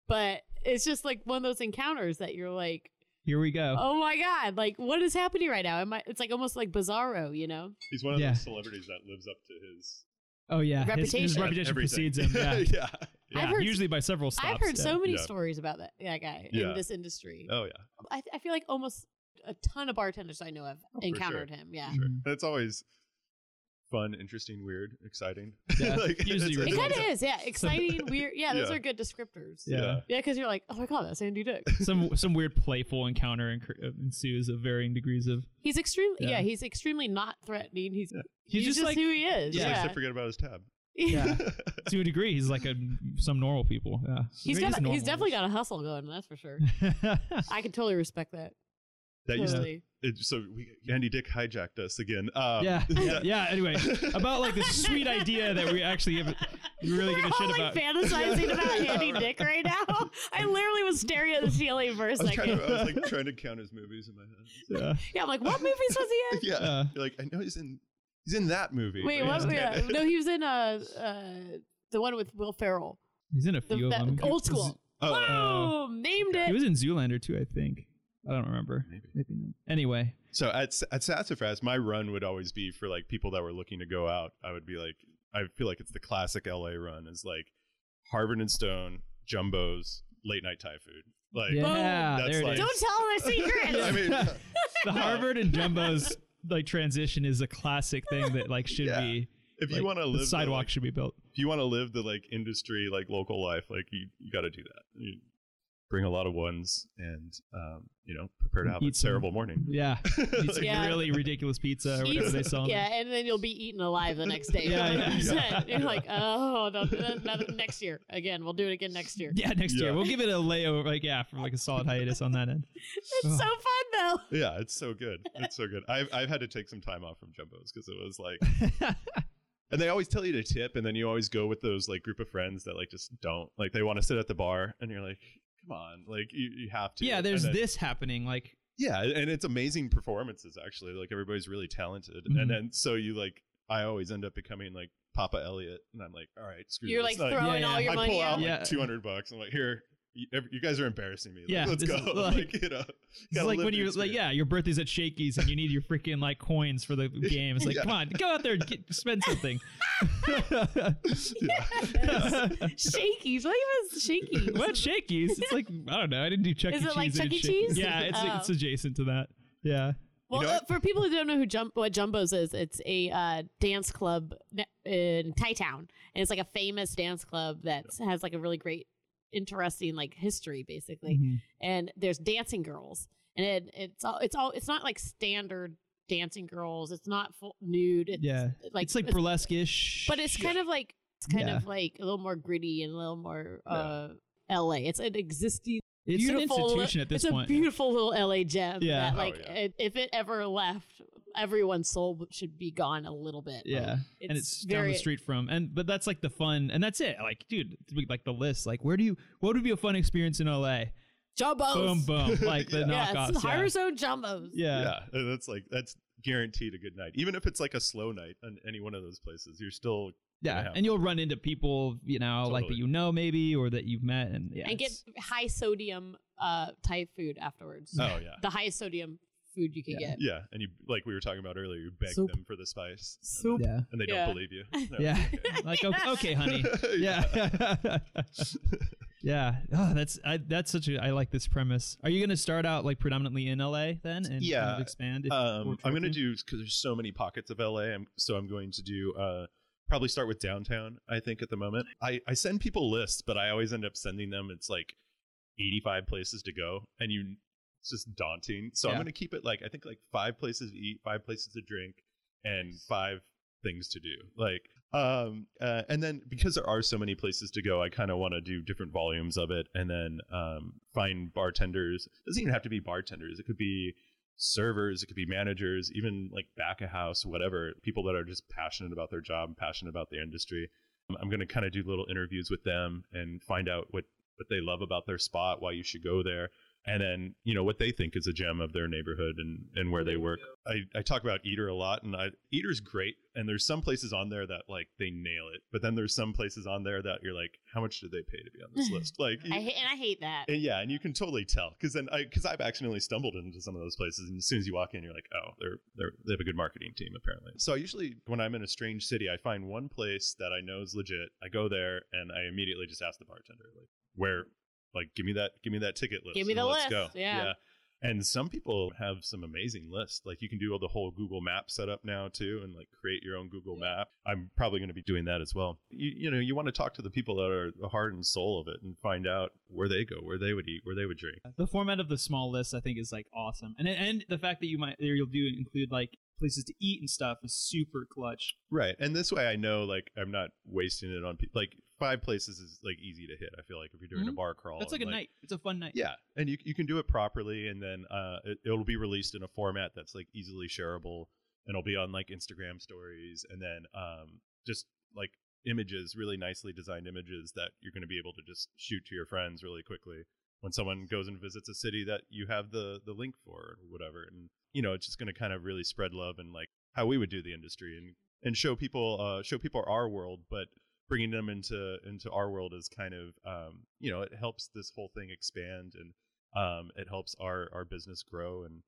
S1: But it's just like one of those encounters that you're like,
S2: Here we go.
S1: oh my God, like what is happening right now? Am I, it's like almost like bizarro, you know?
S3: He's one of
S2: Yeah.
S3: those celebrities that lives up to his
S2: Oh yeah, his, his
S1: Reputation.
S2: reputation
S3: everything.
S2: precedes him. Yeah,
S3: yeah.
S2: yeah.
S1: heard-
S2: usually by several stops.
S1: I've heard
S2: yeah.
S1: so many
S3: Yeah.
S1: stories about that, that guy
S3: Yeah.
S1: in this industry.
S3: Oh yeah.
S1: I, I feel like almost a ton of bartenders I know have
S3: for
S1: encountered him. Yeah.
S3: Sure.
S2: Mhm.
S3: That's always fun, interesting, weird, exciting.
S2: Yeah.
S3: Like,
S2: Usually
S3: it's-
S1: It
S2: weird.
S1: kind of is. Yeah. Exciting, weird. Yeah. Those
S3: Yeah.
S1: are good descriptors.
S2: Yeah.
S1: Yeah. Because you're like, oh my God, that's Andy Dick.
S2: some some weird playful encounter encur- uh, ensues of varying degrees of.
S1: He's extremely yeah.
S2: Yeah.
S1: he's extremely not threatening. He's
S2: He's, just, like
S1: who he is.
S3: Just
S1: Yeah.
S3: like said, forget about his tab.
S2: yeah, to a degree, he's like a some normal people. Yeah,
S1: he's
S2: Maybe
S1: got a- he's
S2: normal.
S1: definitely got a hustle going, that's for sure. I can totally respect that.
S3: that used to,
S1: Totally.
S3: it, so we, Andy Dick hijacked us again. Um,
S2: yeah, yeah,
S3: that-
S2: yeah. Anyway, about like this sweet idea that we actually have, we really give
S1: We're
S2: a shit
S1: all like
S2: about.
S1: fantasizing about
S3: Yeah,
S1: Andy
S3: right.
S1: Dick right now. I literally was staring at the ceiling for a
S3: I was, trying
S1: second.
S2: uh,
S3: to, I was like trying to count his movies in my head.
S2: yeah.
S1: Yeah, I'm like, what movies was he in?
S3: Yeah.
S2: Uh,
S3: You're like, I know he's in he's in that movie.
S1: Wait,
S3: but
S1: what?
S3: he's
S1: Yeah.
S3: dead.
S1: No, he was in uh, uh the one with Will Ferrell.
S2: he's in a
S1: The,
S2: few of
S1: that-
S2: them.
S1: old school.
S2: uh,
S3: Oh,
S1: Wow, named
S2: He
S1: it.
S2: was in Zoolander too, I think. I don't remember.
S3: Maybe.
S2: Maybe not. Anyway,
S3: So at S- at Sassafras, my run would always be for like people that were looking to go out. I would be like, I feel like it's the classic LA run is like Harvard and Stone, Jumbo's, late night Thai food. Like,
S2: yeah,
S3: That's
S2: there it
S3: like-
S2: is.
S1: Oh, Don't tell him our secret.
S3: I mean,
S2: the Harvard and Jumbo's like transition is a classic thing that like should
S3: Yeah.
S2: be.
S3: if
S2: like,
S3: you want to
S2: the
S3: live the,
S2: sidewalk
S3: like,
S2: should be built.
S3: if you want to live the like industry, like local life, like you, you got to do that. You bring a lot of ones and um, you know prepare to have a
S2: Eat some-
S3: terrible morning.
S2: Yeah,
S3: Like,
S2: it's like
S1: Yeah.
S2: really ridiculous pizza or whatever
S1: Eats-
S2: they sell. in
S1: Yeah, and then you'll be eaten alive the next day.
S2: Yeah, yeah,
S1: 100%.
S3: yeah.
S1: You're like, oh, no, no, no, next year again. We'll do it again next year.
S2: the- Yeah, next
S3: Yeah.
S2: year we'll give it a layover. Like yeah, for like a solid hiatus on that end.
S1: It's so fun though.
S3: Yeah, it's so good. It's so good. I've I've had to take some time off from Jumbo's because it was like And they always tell you to tip, and then you always go with those like group of friends that like just don't like they want to sit at the bar, and you're like, come on, like you, you have to.
S2: yeah, there's
S3: And then-
S2: this happening. Like
S3: Yeah, and it's amazing performances actually. Like everybody's really talented,
S2: Mhm.
S3: and then so you like I always end up becoming like Papa Elliot, and I'm like, all right, screw.
S1: You're
S3: this.
S1: like
S3: Like,
S2: throw
S1: throwing
S2: yeah,
S1: all
S2: yeah.
S1: your
S3: I
S1: money
S3: pull out
S1: out.
S2: Yeah.
S3: like 200 bucks. I'm like, here, you, every- you guys are embarrassing me. Like,
S2: Yeah,
S3: let's
S2: this
S3: go.
S2: is like-
S3: like, you know,
S2: it's
S3: gotta
S2: like
S3: live
S2: when
S3: the
S2: you're like
S3: experience.
S2: yeah, your birthday's at Shakey's and you need your freaking like coins for the game. It's like
S3: Yeah.
S2: come on, go out there, and get, spend something.
S3: yeah.
S1: Shakey's. What even is Shakey's?
S2: what Shakey's? It's like I don't know. I didn't do Chuck
S1: Is
S2: E.
S1: it like
S2: Cheese. I
S1: Chuck
S2: did
S1: E.
S2: Shakey's.
S1: Cheese?
S2: Yeah, it's
S1: Oh.
S2: it's adjacent to that. Yeah.
S1: Well,
S3: know
S1: uh,
S3: what?
S1: for people who don't know who Jum- what Jumbo's is, it's a uh, dance club ne- in Thai Town, and it's like a famous dance club that has like a really great, interesting like history, basically.
S2: Mm-hmm.
S1: and there's dancing girls and it, it's all it's all it's not like standard dancing girls it's not full nude it's
S2: yeah.
S1: like,
S2: it's like burlesque ish.
S1: but it's kind of like it's kind
S2: Yeah.
S1: of like a little more gritty and a little more uh la it's an existing
S2: it's an
S1: beautiful
S2: institution at this
S1: it's
S2: point.
S1: a beautiful little la gem
S2: Yeah.
S1: that
S3: Oh,
S1: like
S3: yeah.
S1: it, if it ever left everyone's soul should be gone a little bit
S2: yeah. and it's down the street from and but that's like the fun and that's it. Like, dude, we- like the list. Like where do you what would be a fun experience in LA?
S1: jumbos
S2: Boom boom. Like the
S1: yeah
S2: knockoffs.
S1: it's
S2: yeah.
S1: Harbor Zone jumbos
S2: yeah.
S3: yeah uh, that's like that's guaranteed a good night even if it's like a slow night on any one of those places you're still
S2: Yeah,
S3: Yeah.
S2: and you'll run into people, you know, like that
S3: Totally.
S2: you know maybe or that you've met, and yeah,
S1: and get
S2: it's-
S1: high sodium uh thai food afterwards
S3: oh yeah
S1: the highest sodium food you can
S2: Yeah.
S1: get.
S3: yeah and you like we were talking about earlier you beg
S1: Soup.
S3: them for the spice and
S1: Soup.
S3: then-
S2: yeah,
S3: and they
S1: Yeah.
S3: don't believe you They're
S2: yeah.
S3: like, "Okay."
S2: like o- okay, honey, yeah, yeah. Oh, that's I, that's such a I like this premise. Are you going to start out like predominantly in LA then, and kind
S3: Yeah,
S2: of expand? if-
S3: um
S2: Or
S3: i'm gonna
S2: Georgia?
S3: do because there's so many pockets of la I'm, so i'm going to do uh probably start with downtown i think at the moment i i send people lists but i always end up sending them it's like 85 places to go and you it's just daunting so i'm
S2: Yeah.
S3: going to keep it like i think like five places to eat five places to drink and five things to do like um uh, and then because there are so many places to go i kind of want to do different volumes of it and then um find bartenders doesn't even have to be bartenders it could be servers it could be managers even like back a house whatever people that are just passionate about their job and passionate about the industry Um, i'm going to kind of do little interviews with them and find out what what they love about their spot why you should go there and then you know what they think is a gem of their neighborhood and and where they work I, I talk about Eater a lot, and I, Eater's great. And there's some places on there that like they nail it, but then there's some places on there that you're like, how much did they pay to be on this list? Like,
S1: I hate, and I hate that.
S3: and yeah, and you can totally tell because then because I've accidentally stumbled into some of those places, and as soon as you walk in, you're like, oh, they're they're they have a good marketing team apparently. So I usually when I'm in a strange city, I find one place that I know is legit. I go there and I immediately just ask the bartender like, where, like, give me that give me that ticket list.
S1: Give me
S3: and
S1: the
S3: let's
S1: list,
S3: Go.
S1: yeah.
S3: And some people have some amazing lists. Like you can do all the whole Google Map setup now too, and like create your own Google Map. I'm probably going to be doing that as well. You, you know, you want to talk to the people that are the heart and soul of it and find out where they go, where they would eat, where they would drink.
S2: The format of the small list, I think, is like awesome, and and the fact that you might you'll do include like places to eat and stuff is super clutch.
S3: Right. And this way, I know like I'm not wasting it on people. Like five places is like easy to hit. I feel like if you're doing a
S1: Mm-hmm.
S2: Mhm.
S3: bar crawl,
S2: That's like
S3: and,
S2: a night. It's a fun night.
S3: Yeah, and you you can do it properly, and then uh, it, it'll be released in a format that's like easily shareable, and it'll be on like Instagram stories, and then um, just like images, really nicely designed images that you're going to be able to just shoot to your friends really quickly when someone goes and visits a city that you have the the link for or whatever, and you know it's just going to kind of really spread love and like how we would do the industry and and show people uh, show people our world, but bringing them into into our world is kind of um, you know it helps this whole thing expand and um, it helps our our business grow and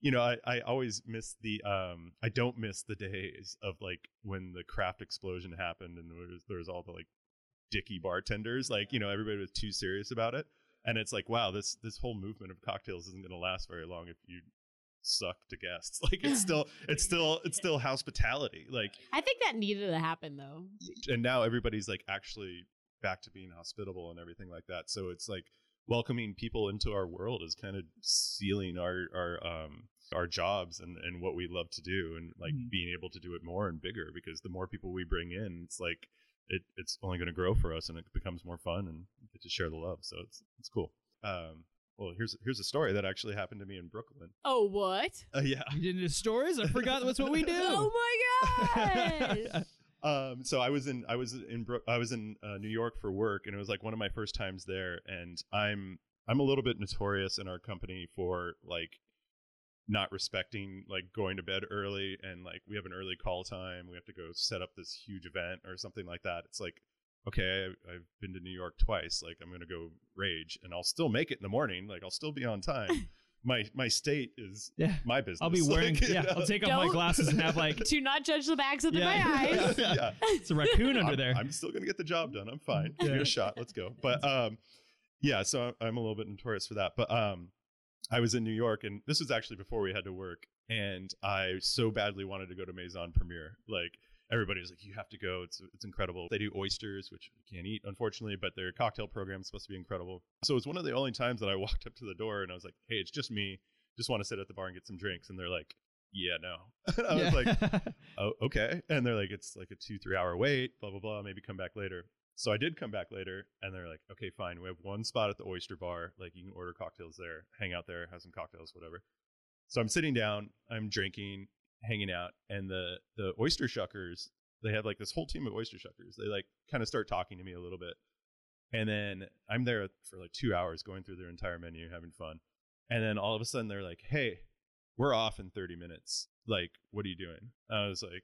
S3: you know I, I always miss the um, I don't miss the days of like when the craft explosion happened and there was, there was all the like dicky bartenders like you know everybody was too serious about it and it's like wow this this whole movement of cocktails isn't going to last very long if you suck to guests like it's still it's still it's still hospitality like
S1: I think that needed to happen though.
S3: and now everybody's like actually back to being hospitable and everything like that. So it's like welcoming people into our world is kind of sealing our our um our jobs and and what we love to do and like
S2: Mhm.
S3: being able to do it more and bigger because the more people we bring in, it's like it it's only going to grow for us and it becomes more fun and we get to share the love. So it's it's cool. Um, well, here's here's a story that actually happened to me in Brooklyn.
S1: Oh what?
S3: Uh, yeah.
S2: You did it at stores. I forgot that's what we do.
S1: Oh my gosh!
S3: um so i was in i was in Bro- i was in uh, new york for work and it was like one of my first times there and i'm i'm a little bit notorious in our company for like not respecting like going to bed early and like we have an early call time we have to go set up this huge event or something like that it's like okay I, i've been to new york twice like i'm gonna go rage and i'll still make it in the morning like i'll still be on time my my state is
S2: yeah.
S3: my business
S2: I'll be wearing.
S3: Like, you
S2: yeah,
S3: know?
S2: I'll take off my
S1: Don't-
S2: glasses and have like
S1: Do not judge the bags under
S2: Yeah.
S1: my eyes.
S3: yeah
S2: it's a raccoon under
S3: I'm,
S2: there.
S3: I'm still gonna get the job done. I'm fine. Give me
S2: Yeah.
S3: a shot. Let's go. But um, yeah. So I'm- I'm a little bit notorious for that. But um, I was in New York, and this was actually before we had to work, and I so badly wanted to go to Maison Premiere. Like everybody was like, "You have to go. It's it's incredible." They do oysters, which you can't eat unfortunately, but their cocktail program is supposed to be incredible. So it's one of the only times that I walked up to the door and I was like, "Hey, it's just me. Just want to sit at the bar and get some drinks." And they're like, "Yeah, no." And I was like oh, okay. And they're like, it's like a two, three hour wait, blah, blah, blah. Maybe come back later. So I did come back later and they're like, okay, fine. We have one spot at the oyster bar. Like you can order cocktails there, hang out there, have some cocktails, whatever. So I'm sitting down, I'm drinking, hanging out, and the the oyster shuckers, they have like this whole team of oyster shuckers. They like kind of start talking to me a little bit. And then I'm there for like two hours going through their entire menu, having fun. And then all of a sudden they're like, hey, we're off in 30 minutes. Like, what are you doing? I was like,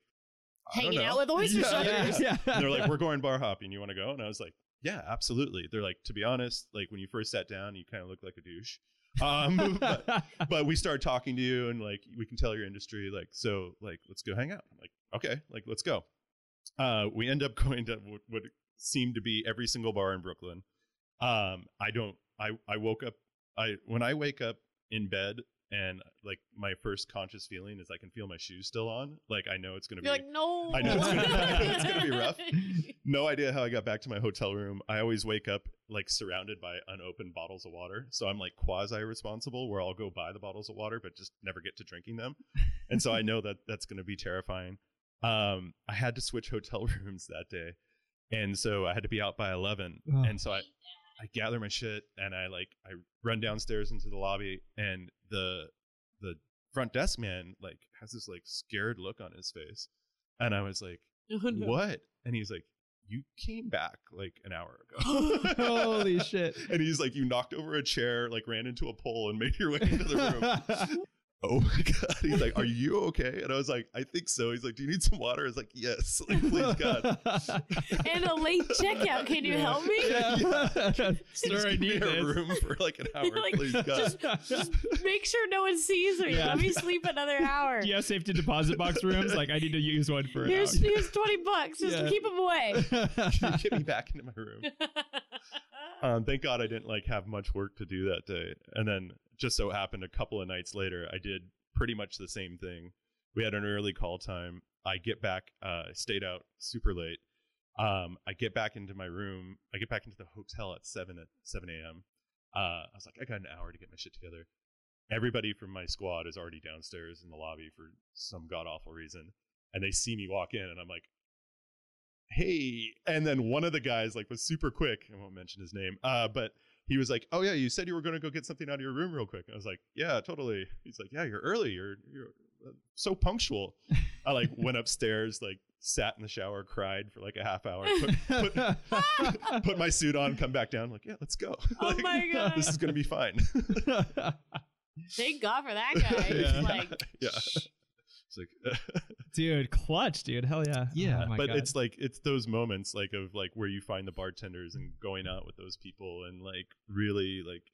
S3: I don't
S1: Hanging
S3: know.
S1: out with oyster
S3: Yeah,
S1: shuckers.
S3: yeah. And they're like, we're going bar hopping. You want to go? And I was like, yeah, absolutely. They're like, to be honest, like when you first sat down, you kind of looked like a douche. Um, but, but we start talking to you and like we can tell your industry like so like let's go hang out i'm like okay like let's go uh we end up going to what, what seemed to be every single bar in brooklyn um i don't i i woke up i when i wake up in bed and like my first conscious feeling is I can feel my shoes still on. Like I know it's gonna
S1: You're
S3: be
S1: like, no.
S3: I know it's
S2: gonna-
S3: it's gonna be rough. no idea how I got back to my hotel room. I always wake up like surrounded by unopened bottles of water. So I'm like quasi responsible where I'll go buy the bottles of water but just never get to drinking them. And so I know that that's going to be terrifying. Um I had to switch hotel rooms that day. And so I had to be out by 11.
S2: Oh.
S3: And so I I gather my shit and I like I run downstairs into the lobby and the the front desk man like has this like scared look on his face. And I was like
S1: Oh, no.
S3: what? And he's like, you came back like an hour ago.
S2: Holy shit.
S3: And he's like, you knocked over a chair, like ran into a pole and made your way into the room. oh my God. He's like, are you okay? And I was like, I think so. He's like, do you need some water? I was like, yes. Like, please God.
S1: And a late checkout. Can you help me?
S2: Yeah.
S3: Just
S2: Sir, I
S3: give me
S2: need
S3: a
S2: this.
S3: room for like an hour,
S1: You're like,
S3: please God.
S1: just- Make sure no one sees me.
S2: Yeah.
S1: Let me sleep another hour.
S2: Do you have safety deposit box rooms? Like, I need to use one for an
S1: Here's here's twenty bucks. Just
S2: Yeah.
S1: keep them away.
S3: Can
S2: hour.
S3: you get me back into my room. Um, thank God I didn't like have much work to do that day. And then just so happened a couple of nights later, I did pretty much the same thing. We had an early call time. I get back, uh, I stayed out super late. Um, I get back into my room. I get back into the hotel at seven at seven a.m. Uh, I was like, I got an hour to get my shit together. Everybody from my squad is already downstairs in the lobby for some god awful reason, and they see me walk in, and I'm like, hey and then one of the guys like was super quick i won't mention his name uh but he was like oh yeah you said you were going to go get something out of your room real quick i was like yeah totally he's like yeah you're early you're you're uh, so punctual i like went upstairs like sat in the shower cried for like a half hour put, put, put my suit on come back down like yeah let's go
S1: Oh
S3: Like,
S1: my god!
S3: this is going to be fine
S1: Thank God for that guy. He's
S2: Yeah.
S1: Like,
S3: yeah it's like
S2: dude, clutch, dude. Hell yeah.
S3: Yeah,
S2: Oh my
S3: but
S2: God.
S3: it's like it's those moments like of like where you find the bartenders and going out with those people and like really like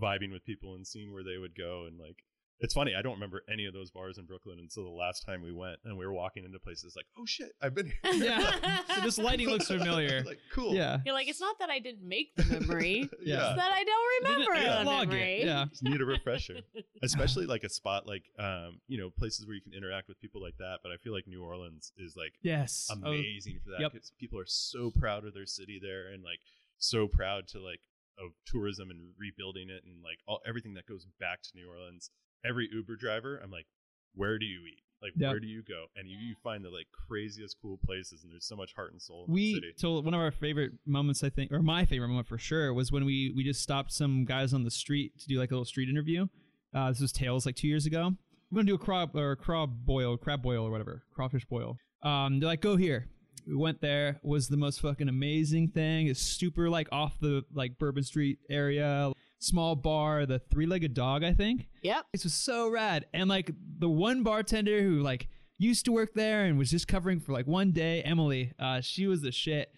S3: vibing with people and seeing where they would go and like it's funny I don't remember any of those bars in Brooklyn until the last time we went and we were walking into places like oh shit I've been here
S2: Yeah. So this lighting looks familiar.
S3: like cool
S2: yeah.
S1: you're like, it's not that I didn't make the memory.
S2: Yeah.
S1: It's that I don't remember
S2: Yeah.
S1: the
S2: Log it.
S1: memory.
S2: Yeah.
S3: Just need a refresher especially like a spot like um you know places where you can interact with people like that but I feel like New Orleans is like
S2: Yes. Oh,
S3: amazing for that
S2: yep.
S3: 'cause people are so proud of their city there and like so proud to like of tourism and rebuilding it and like all everything that goes back to New Orleans. Every Uber driver, I'm like, where do you eat? Like,
S2: Yep.
S3: where do you go? And you, you find the like craziest cool places, and there's so much heart and soul in the
S2: we
S3: city.
S2: told one of our favorite moments, I think, or my favorite moment for sure, was when we we just stopped some guys on the street to do like a little street interview. Uh, this was Tails like two years ago. We're gonna do a crab or a crab boil, crab boil or whatever, crawfish boil. Um, they're like, go here. We went there. Was the most fucking amazing thing. It's super like off the like Bourbon Street area, small bar. The three-legged dog, I think.
S1: Yep.
S2: This was so rad. And like the one bartender who like used to work there and was just covering for like one day, Emily, uh, she was the shit.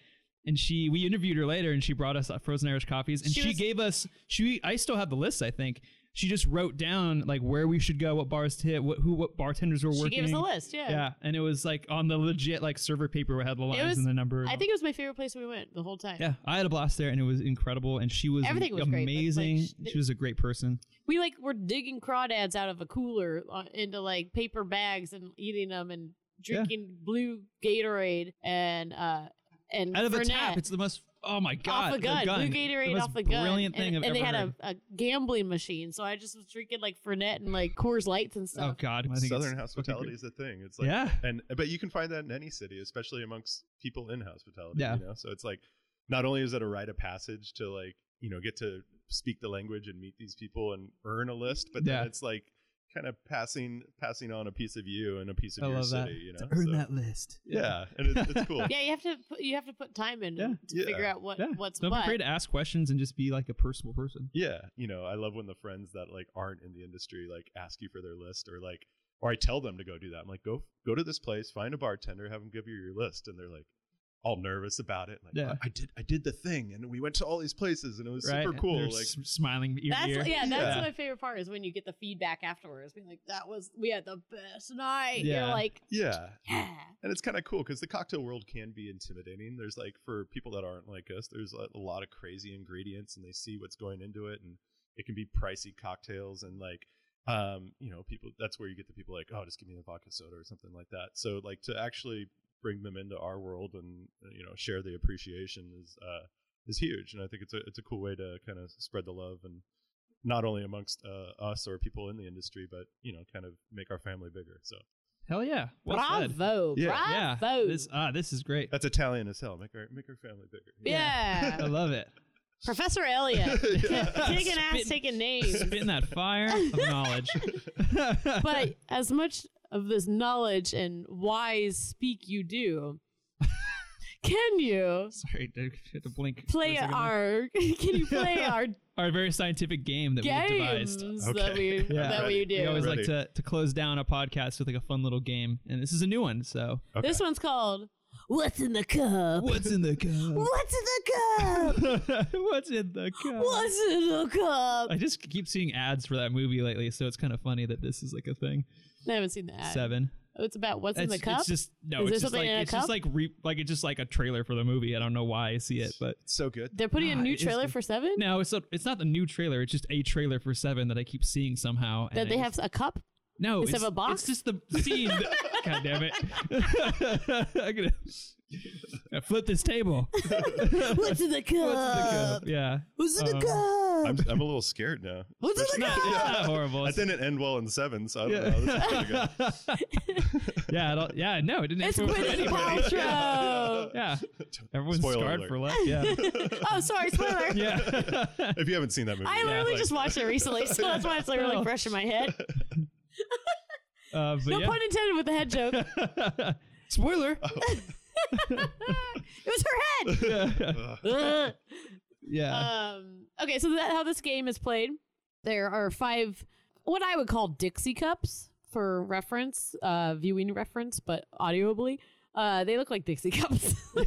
S2: And she, we interviewed her later, and she brought us uh, frozen Irish coffees, and
S1: She
S2: she,
S1: was-
S2: gave us. She, I still have the list. I think she just wrote down like where we should go, what bars to hit, what who, what bartenders were
S1: She
S2: working.
S1: gave us a list. Yeah.
S2: Yeah, and it was like on the legit like server paper we had the lines
S1: was-
S2: and the number.
S1: I think it was my favorite place we went the whole time.
S2: Yeah, I had a blast there, and it was incredible. And she was
S1: Everything was great, like, like,
S2: amazing.
S1: sh-
S2: she was a great person.
S1: We like were digging crawdads out of a cooler uh, into like paper bags and eating them and drinking blue Gatorade and uh and
S2: out of a
S1: Fernet.
S2: tap. It's the most. Oh my god!
S1: off a
S2: the
S1: gun. Blue
S2: The
S1: Gatorade
S2: most
S1: off a gun.
S2: Brilliant
S1: and,
S2: thing
S1: and
S2: I've
S1: they
S2: ever
S1: had
S2: heard.
S1: A, a gambling machine, so I just was drinking like Fernet and like Coors Lights and
S2: oh
S1: stuff.
S2: god! I think
S3: Southern
S2: it's
S3: hospitality
S2: fucking
S3: is a thing. It's
S2: great.
S3: like,
S2: yeah.
S3: and but you can find that in any city, especially amongst people in hospitality.
S2: Yeah.
S3: You know, so it's like, not only is it a rite of passage to like you know get to speak the language and meet these people and earn a list, but
S2: Yeah.
S3: then it's like kind of passing passing on a piece of you and a piece of
S2: I
S3: your
S2: love that.
S3: city. You know,
S2: to earn
S3: So-
S2: that list.
S3: Yeah, and it's, it's cool.
S1: Yeah, you have to put, you have to put time in
S2: Oh. Yeah.
S1: to figure out what
S2: Yeah.
S1: what's
S2: Don't be
S1: what.
S2: afraid to ask questions and just be like a personal person.
S3: Yeah, you know, I love when the friends that like aren't in the industry like ask you for their list or like or I tell them to go do that. I'm like, go go to this place, find a bartender, have them give you your list, and they're like all nervous about it. Like,
S2: Yeah.
S3: I, I did I did the thing, and we went to all these places, and it was
S2: right?
S3: super cool.
S2: They're
S3: Like,
S2: s- smiling ear
S1: That's
S2: to ear.
S1: yeah, that's
S3: Yeah.
S1: my favorite part is when you get the feedback afterwards, being like, "That was we had the best night." You're
S2: Yeah.
S1: like,
S3: yeah,
S1: "Yeah."
S3: and it's kind of cool because the cocktail world can be intimidating. There's like for people that aren't like us, there's a, a lot of crazy ingredients, and they see what's going into it, and it can be pricey cocktails, and like um, you know, people that's where you get the people like, oh, just give me a vodka soda or something like that. So like to actually bring them into our world and uh, you know share the appreciation is uh, is huge, and I think it's a it's a cool way to kind of spread the love and not only amongst uh, us or people in the industry, but you know, kind of make our family bigger. So
S2: Hell yeah. Well said.
S1: bravo,
S3: Yeah.
S2: Yeah.
S1: bravo.
S2: This ah, this is great.
S3: that's Italian as hell. Make our make our family bigger.
S1: yeah,
S2: I love it.
S1: Professor Elliot,
S3: Yeah.
S1: kicking ass,
S2: Spitting-
S1: taking names.
S2: Spitting that fire of knowledge.
S1: but as much of this knowledge and wise speak you do, can you
S2: Sorry, I had to blink. for a
S1: play
S2: second there.
S1: our? Can you play our
S2: our very scientific game that we
S1: games
S2: devised.
S1: that we
S3: Okay.
S2: Yeah.
S1: that we
S3: Ready.
S1: do?
S2: We always like
S3: Ready.
S2: to, to close down a podcast with like a fun little game, and this is a new one. So
S3: Okay.
S1: This one's called "What's in the Cup."
S2: what's in the cup?
S1: What's in the cup?
S2: what's in the cup?
S1: What's in the cup?
S2: I just keep seeing ads for that movie lately, so it's kind of funny that this is like a thing.
S1: I haven't seen that.
S2: Seven.
S1: Oh, it's about what's in
S2: it's,
S1: the cup.
S2: it's just no.
S1: Is there
S2: it's just
S1: something
S2: like
S1: in a
S2: it's just
S1: cup?
S2: like re, like it's just like a trailer for the movie. I don't know why I see it, but
S3: It's so good.
S1: They're putting
S2: Ah,
S1: a new
S2: it is
S1: trailer
S2: good.
S1: for Seven.
S2: no, it's not. It's not the new trailer. It's just a trailer for Seven that I keep seeing somehow. and
S1: That
S2: I
S1: they
S2: just-
S1: have a cup.
S2: No,
S1: Instead
S2: it's,
S1: of a box?
S2: It's just the scene. God damn it! I'm gonna I flip this table.
S1: What's in the cup?
S2: yeah,
S1: What's in the
S2: Um,
S1: cup?
S3: I'm, I'm a little scared now.
S1: What's in
S2: it's
S1: the
S2: not, it's
S1: cup?
S2: not horrible.
S3: I
S2: It's-
S3: didn't end well in seven, so I don't know. This is pretty good.
S2: yeah, yeah, I don't- yeah. No, it didn't.
S1: It's
S2: influence
S1: Gwyneth
S2: anybody. Yeah.
S1: Paltrow.
S2: Yeah. everyone's
S3: Spoiler
S2: scarred
S3: alert.
S2: for life. Yeah,
S1: Oh, sorry, spoiler.
S2: yeah.
S3: If you haven't seen that movie,
S1: I
S3: yeah,
S1: literally
S3: like-
S1: just watched it recently, so that's why it's like really
S2: No.
S1: fresh in my head.
S2: Uh, but
S1: No
S2: yeah.
S1: pun intended with the head joke. it
S2: Spoiler.
S1: was her head.
S2: yeah.
S3: Ugh.
S1: Ugh.
S2: yeah.
S1: um, okay, so that how this game is played. There are five, what I would call Dixie cups for reference, uh, viewing reference, but audibly. Uh, they look like Dixie cups.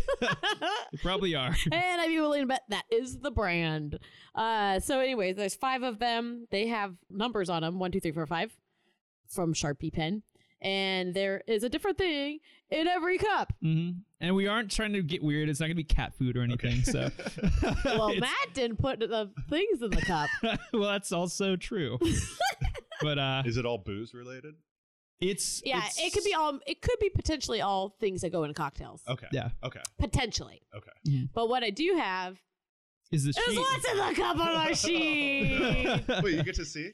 S2: You probably are.
S1: and I'd be willing to bet that is the brand. Uh, so, anyways, there's five of them. They have numbers on them one, two, three, four, five from Sharpie pen. And there is a different thing in every cup.
S2: hmm And we aren't trying to get weird. It's not going to be cat food or anything. So,
S1: Well,
S2: It's-
S1: Matt didn't put the things in the cup.
S2: well, that's also true. but uh,
S3: Is it all booze related?
S2: it's
S1: Yeah,
S2: it's-
S1: it could be all. It could be potentially all things that go in cocktails.
S3: Okay.
S2: Yeah.
S3: Okay.
S1: Potentially.
S3: Oh. Okay.
S2: Mhm.
S1: But what I do have
S2: Is the
S1: is
S2: sheet?
S1: what's in the cup on our sheet.
S3: Wait, you get to see?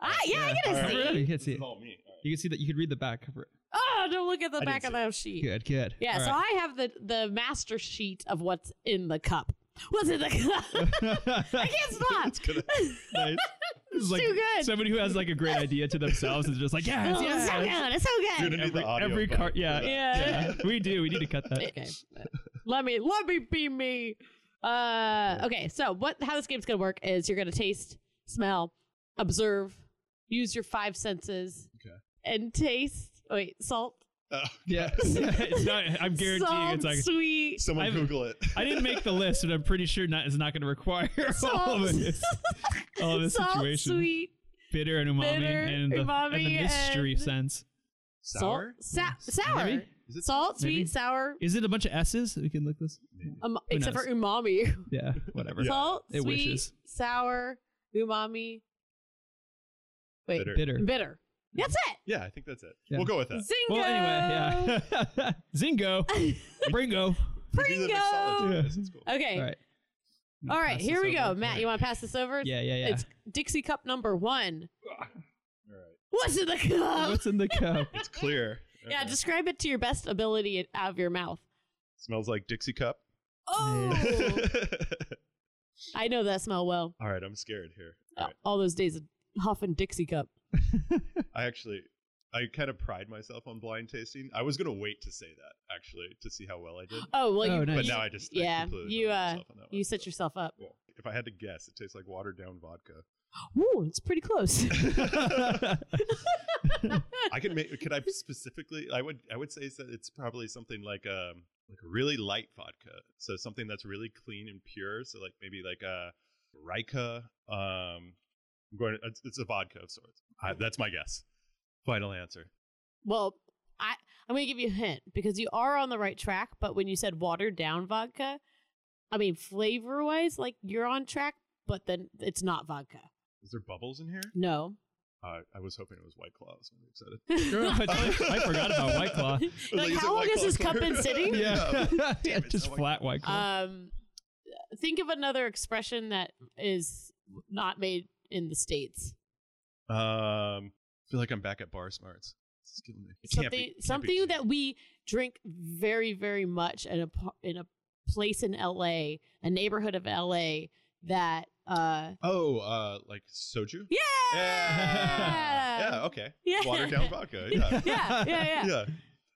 S1: ah, yeah, I
S3: All
S1: gotta
S3: right.
S1: see.
S2: You can
S3: This
S2: see.
S3: is
S2: It.
S3: all me. All right.
S2: You can see that. You could read the back cover.
S1: Oh, don't look at the
S3: I
S1: back of
S3: didn't
S1: the sheet.
S2: Good. Good.
S1: Yeah, so I have the the master sheet of what's in the cup. What's in the cup? I can't stop.
S3: It's good.
S2: nice. This is like
S1: too good.
S2: Somebody who has like a great idea to themselves is just like, yeah,
S1: Oh,
S2: it's-
S1: it's so
S2: yeah.
S1: good. It's so
S3: You're
S1: good.
S3: gonna need the
S2: Every,
S3: audio
S2: every
S3: file
S2: car,
S3: for
S2: yeah,
S3: that.
S1: Yeah.
S2: We do. We need to cut that.
S1: okay. Let me let me be me. Uh, okay, so what? How this game's gonna work is you're gonna taste, smell, observe, use your five senses,
S3: Okay.
S1: and taste. Wait, salt,
S3: Uh,
S2: Yeah. it's not, I'm guaranteeing
S1: salt,
S2: it's like
S1: sweet,
S3: someone
S2: I've-
S3: Google it.
S2: I didn't make the list, and I'm pretty sure not, it's not going to require all
S1: Salt.
S2: of this, all of this
S1: salt,
S2: situation.
S1: sweet,
S2: Bitter and umami,
S1: Bitter,
S2: and, the, and
S1: umami,
S2: the mystery
S1: and-
S2: sense.
S3: Sour?
S1: salt, sa- sour,
S2: Maybe?
S3: Is it
S1: salt,
S2: Maybe.
S1: sweet, sour,
S2: Is it a bunch of S's? We can look this.
S1: um, except
S2: knows?
S1: for umami.
S2: Yeah, whatever.
S3: Yeah.
S1: salt,
S2: It
S1: sweet,
S2: wishes.
S1: sour, umami. Wait, bitter.
S3: Bitter.
S2: Bitter.
S1: That's it.
S3: Yeah, I think that's it.
S2: Yeah.
S3: We'll go with that.
S1: Zingo.
S2: Well, anyway, yeah. Zingo. Bringo.
S3: We do that in solitude.
S2: Pringo!
S3: It's cool.
S1: Okay.
S2: All
S1: All
S2: right.
S1: right.
S2: I'm gonna pass
S1: here
S2: this
S1: we go.
S2: over.
S1: Matt, you want to pass this over?
S2: Yeah, yeah, yeah.
S1: It's Dixie Cup number one.
S3: All right.
S1: What's in the cup?
S2: What's in the cup?
S3: It's clear.
S1: yeah,
S3: Okay.
S1: describe it to your best ability out of your mouth.
S3: smells like Dixie cup.
S1: Oh, I know that smell well.
S3: All right, I'm scared here. All right.
S1: All those days of huffing Dixie Cup.
S3: I actually, I kind of pride myself on blind tasting. I was gonna wait to say that actually to see how well I did,
S1: Oh, well,
S2: Oh,
S1: you,
S2: nice.
S3: but
S1: you,
S3: now I just I
S1: yeah,
S3: completely
S1: you,
S3: burned
S1: uh,
S3: myself on that
S1: you
S3: one.
S1: set yourself up.
S3: Yeah. If I had to guess, it tastes like watered down vodka.
S1: Ooh, it's pretty close.
S3: I can make. Could I specifically? I would. I would say that it's probably something like um like really light vodka. So something that's really clean and pure. So like maybe like a Rika. Um, I'm going. To, it's, it's a vodka of sorts. I, that's my guess. Final answer.
S1: Well, I I'm gonna give you a hint because you are on the right track. But when you said watered down vodka, I mean flavor wise, like you're on track, but then it's not vodka.
S3: Is there bubbles in here?
S1: No,
S3: Uh, I was hoping it was White Claw. So I'm excited.
S2: Girl, I, I forgot about White Claw.
S1: Like,
S3: Like, is it
S1: how long
S3: White
S1: has
S3: Claw
S1: this cup
S3: flavor?
S1: been sitting?
S2: Yeah,
S3: Damn it,
S2: just
S3: I like-
S2: flat White Claw.
S1: Um, think of another expression that is not made in the states.
S3: Um, I feel like I'm back at Bar Smarts. This is killing me. It can't
S1: Something,
S3: be- can't be
S1: something
S3: true.
S1: that we drink very, very much in a pa- in a place in LA, a neighborhood of LA that. Uh,
S3: Oh, uh, like soju.
S1: yeah.
S3: Yeah. Yeah. Okay.
S1: Yeah.
S3: Watered down vodka. Yeah.
S1: Uh, yeah, yeah, yeah.
S3: yeah.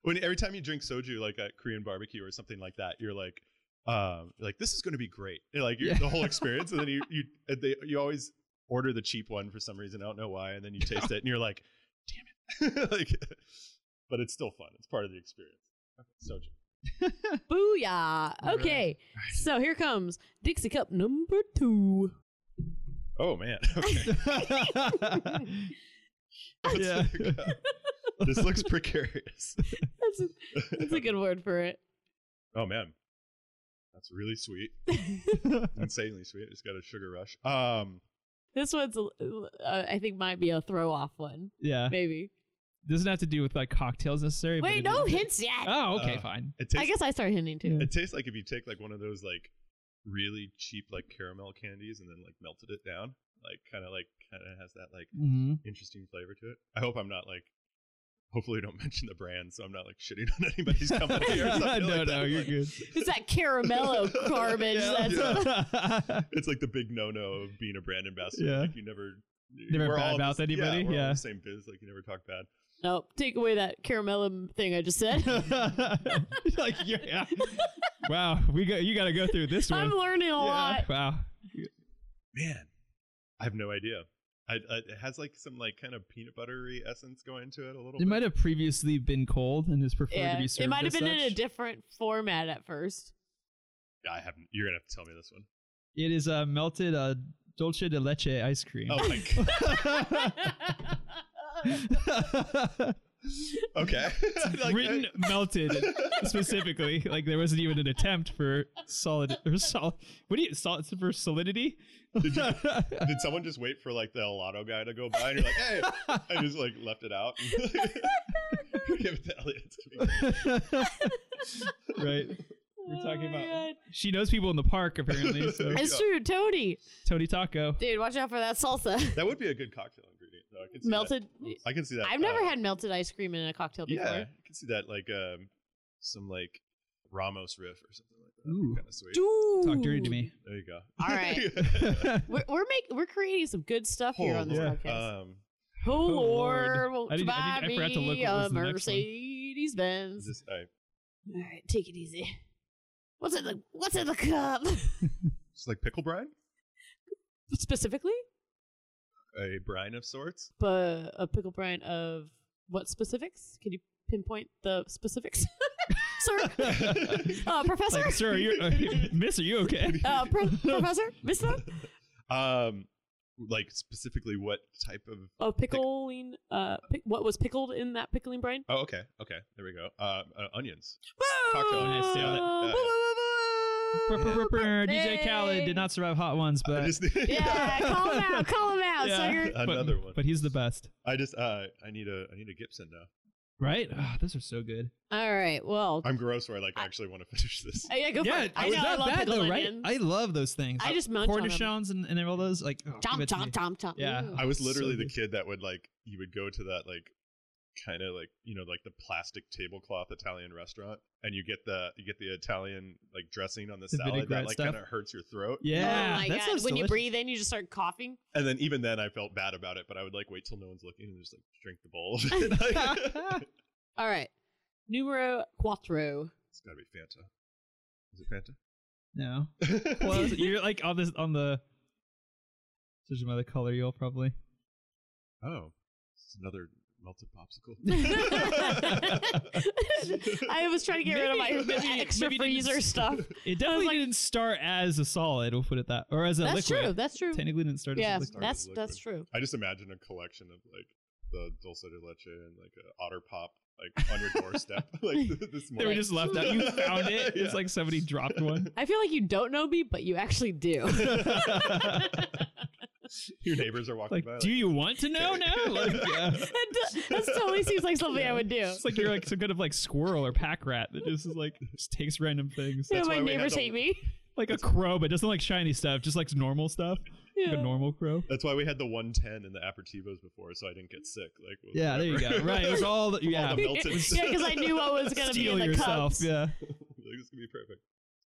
S3: When every time you drink soju, like at Korean barbecue or something like that, you're like, um, like this is going to be great. And, like you're,
S2: Yeah.
S3: the whole experience, and then you you and they, you always order the cheap one for some reason. I don't know why, and then you taste it, and you're like, damn it. like, but it's still fun. It's part of the experience. Soju.
S1: Booyah.
S2: All right.
S1: Okay. So here comes Dixie Cup number two.
S3: Oh man. Okay.
S1: Oh,
S2: Yeah.
S3: this looks precarious.
S1: That's a, that's a good word for it.
S3: Oh man, that's really sweet. Insanely sweet. It's got a sugar rush. Um,
S1: This one's, a- uh, I think, might be a throw off one.
S2: yeah,
S1: Maybe.
S2: doesn't have to do with like cocktails necessarily. but
S1: Wait,
S2: it
S1: no
S2: is-
S1: hints yet.
S2: Oh, okay,
S3: Uh,
S2: fine.
S3: it tastes.
S1: I guess I start hinting too.
S2: Yeah.
S3: it tastes like if you take like one of those like really cheap like caramel candies and then like melted it down. Like kind of like kind of has that like
S2: hmm
S3: interesting flavor to it. I hope I'm not like. Hopefully, we don't mention the brand, so I'm not like shitting on anybody's company or something.
S2: no, no,
S3: like that.
S2: you're
S3: Like,
S2: good.
S1: It's that caramello garbage.
S3: Yeah.
S1: that's
S3: It's like the big no-no of being a brand ambassador.
S2: Yeah.
S3: Like you never,
S2: Never
S3: we're
S2: bad
S3: all in
S2: mouth
S3: this-
S2: anybody,
S3: Yeah, we're all in
S2: yeah.
S3: the same biz. Like you never talk bad.
S1: Nope. Take away that caramello thing I just said.
S2: like yeah, yeah. Wow, we got you got to go through this one.
S1: I'm learning a
S2: Yeah.
S1: lot.
S2: Wow.
S3: man i have no idea I, I, it has like some like kind of peanut buttery essence going to it a little
S2: It
S3: bit
S2: might have previously been cold and is preferred to
S1: Yeah.
S2: be served.
S1: It might have
S2: as
S1: been in a
S2: such.
S1: different format at first.
S3: i haven't you're gonna have to tell me this one.
S2: It is uh, melted uh, dulce de leche ice cream.
S3: Oh my god okay Like,
S2: Written melted specifically. Like there wasn't even an attempt for solid or solid. What do you solid for solidity?
S3: Did I- did someone just wait for like the Elotto guy to go by and you're like hey i just like left it out Give it to Elliot. It's gonna be great.
S2: right. We're
S1: Oh
S2: talking
S1: my
S2: about-
S1: God.
S2: She knows people in the park apparently. So
S1: It's true, Tony.
S2: Tony Taco.
S1: Dude, watch out for that salsa.
S3: that would be a good cocktail ingredient though i can see
S1: melted.
S3: that. i can see that
S1: I've never
S3: uh,
S1: had melted ice cream in a cocktail before.
S3: yeah i can see that like um some like ramos riff or something like that
S2: Ooh.
S3: kind of sweet
S1: Dude.
S2: Talk dirty to me.
S3: there you go
S1: All right. We're we're, make, we're creating some good stuff here on this
S2: Lord.
S1: podcast.
S3: Um,
S1: Who
S2: Oh, Lord.
S1: Lord,
S2: I didn't- I
S1: buy
S2: didn't- I forgot to look
S1: me
S2: what was
S1: a
S2: the next one.
S1: Mercedes Benz.
S3: this, I,
S1: All right, take it easy. What's in the What's in the cup?
S3: it's like pickle brine,
S1: Specifically,
S3: a brine of sorts.
S1: but a pickle brine of what specifics? Can you pinpoint the specifics, sir? Uh, professor?
S2: Like, sir, are you, uh, miss, are you okay?
S1: uh, pro- professor? Miss them?
S3: um, like specifically what type of?
S1: Oh, pickling. Uh, pick, what was pickled in that pickling brine?
S3: Oh, okay, okay, there we go. Uh, uh, onions.
S1: Whoa!
S3: Cocktail.
S2: Nice, yeah.
S1: Whoa,
S3: Yeah.
S1: whoa, whoa, whoa, whoa.
S2: DJ Khaled
S1: Hey.
S2: did not survive hot ones,
S3: I
S2: but
S3: just,
S1: Yeah, call him out. Call him out,
S2: Yeah.
S1: sucker.
S2: but-
S3: Another one.
S2: But he's the best,
S3: I just, uh, I need a, I need a Gibson now.
S2: right? Ah, those are so good.
S1: All right. Well,
S3: I'm gross where I like actually want to finish this.
S1: uh, yeah, go for
S2: yeah,
S1: it. I know.
S2: it's
S1: I
S2: not
S1: love
S2: bad
S1: pickled
S2: though, right?
S1: onions.
S2: I love those things.
S1: I just munch on them.
S2: cornichons and, and all those like. oh, give
S1: Chomp,
S2: it to me.
S1: chomp, chomp, chomp.
S2: Yeah.
S1: Mm.
S3: I was
S2: Oh, So
S3: literally the
S2: good.
S3: kid that would like you would go to that like kind of like you know like the plastic tablecloth Italian restaurant and you get the you get the Italian like dressing on the,
S2: The
S3: salad that
S2: vinaigrette
S3: like
S2: stuff?
S3: kind of hurts your throat.
S2: Yeah,
S1: oh my
S2: that
S1: god! When
S2: sounds
S1: you
S2: delicious.
S1: breathe in, you just start coughing.
S3: And then even then I felt bad about it, but I would like wait till no one's looking and just like drink the bowl. Like,
S1: All right. Numero cuatro.
S3: it's gotta be Fanta. Is it Fanta?
S2: no, well, you're like on this on the. There's another color you'll probably.
S3: oh, it's another melted popsicle.
S1: I was trying to get rid of my
S2: Maybe- maybe-
S1: extra
S2: maybe didn't
S1: freezer
S2: s-
S1: stuff.
S2: It definitely
S1: like-
S2: didn't start as a solid. We'll put it that, or as a
S1: That's true.
S2: liquid.
S1: That's true.
S2: Technically, didn't start
S1: Yeah,
S2: as a liquid.
S3: Started
S1: that's
S3: as
S1: that's true.
S3: liquid. I just imagine a collection of like the dulce de leche and like an otter pop like on your doorstep like this
S2: They were
S3: morning.
S2: just left out. You found it. It's
S3: Yeah.
S2: like somebody dropped one.
S1: I feel like you don't know me, but you actually do.
S3: Your neighbors are walking
S2: Like,
S3: by.
S2: do you want to know now? Like, yeah.
S1: that, do- that totally seems like something I would do.
S2: It's like you're like some kind of like squirrel or pack rat that just is like just takes random things.
S1: Yeah,
S3: That's
S1: my
S3: why we had
S1: neighbors
S3: the-
S1: hate me.
S2: Like a crow, but doesn't like shiny stuff, just likes normal stuff. Like a
S1: Yeah.
S2: normal crow.
S3: That's why we had the 110 in the aperitivos before, so I didn't get sick. Like, well,
S2: Yeah, there you go. Right. It was all the, yeah.
S3: all the melted.
S1: yeah, because I knew what was gonna
S2: Steal
S1: be in the
S2: yourself.
S1: cups.
S2: Yeah.
S3: Like, this is gonna be perfect.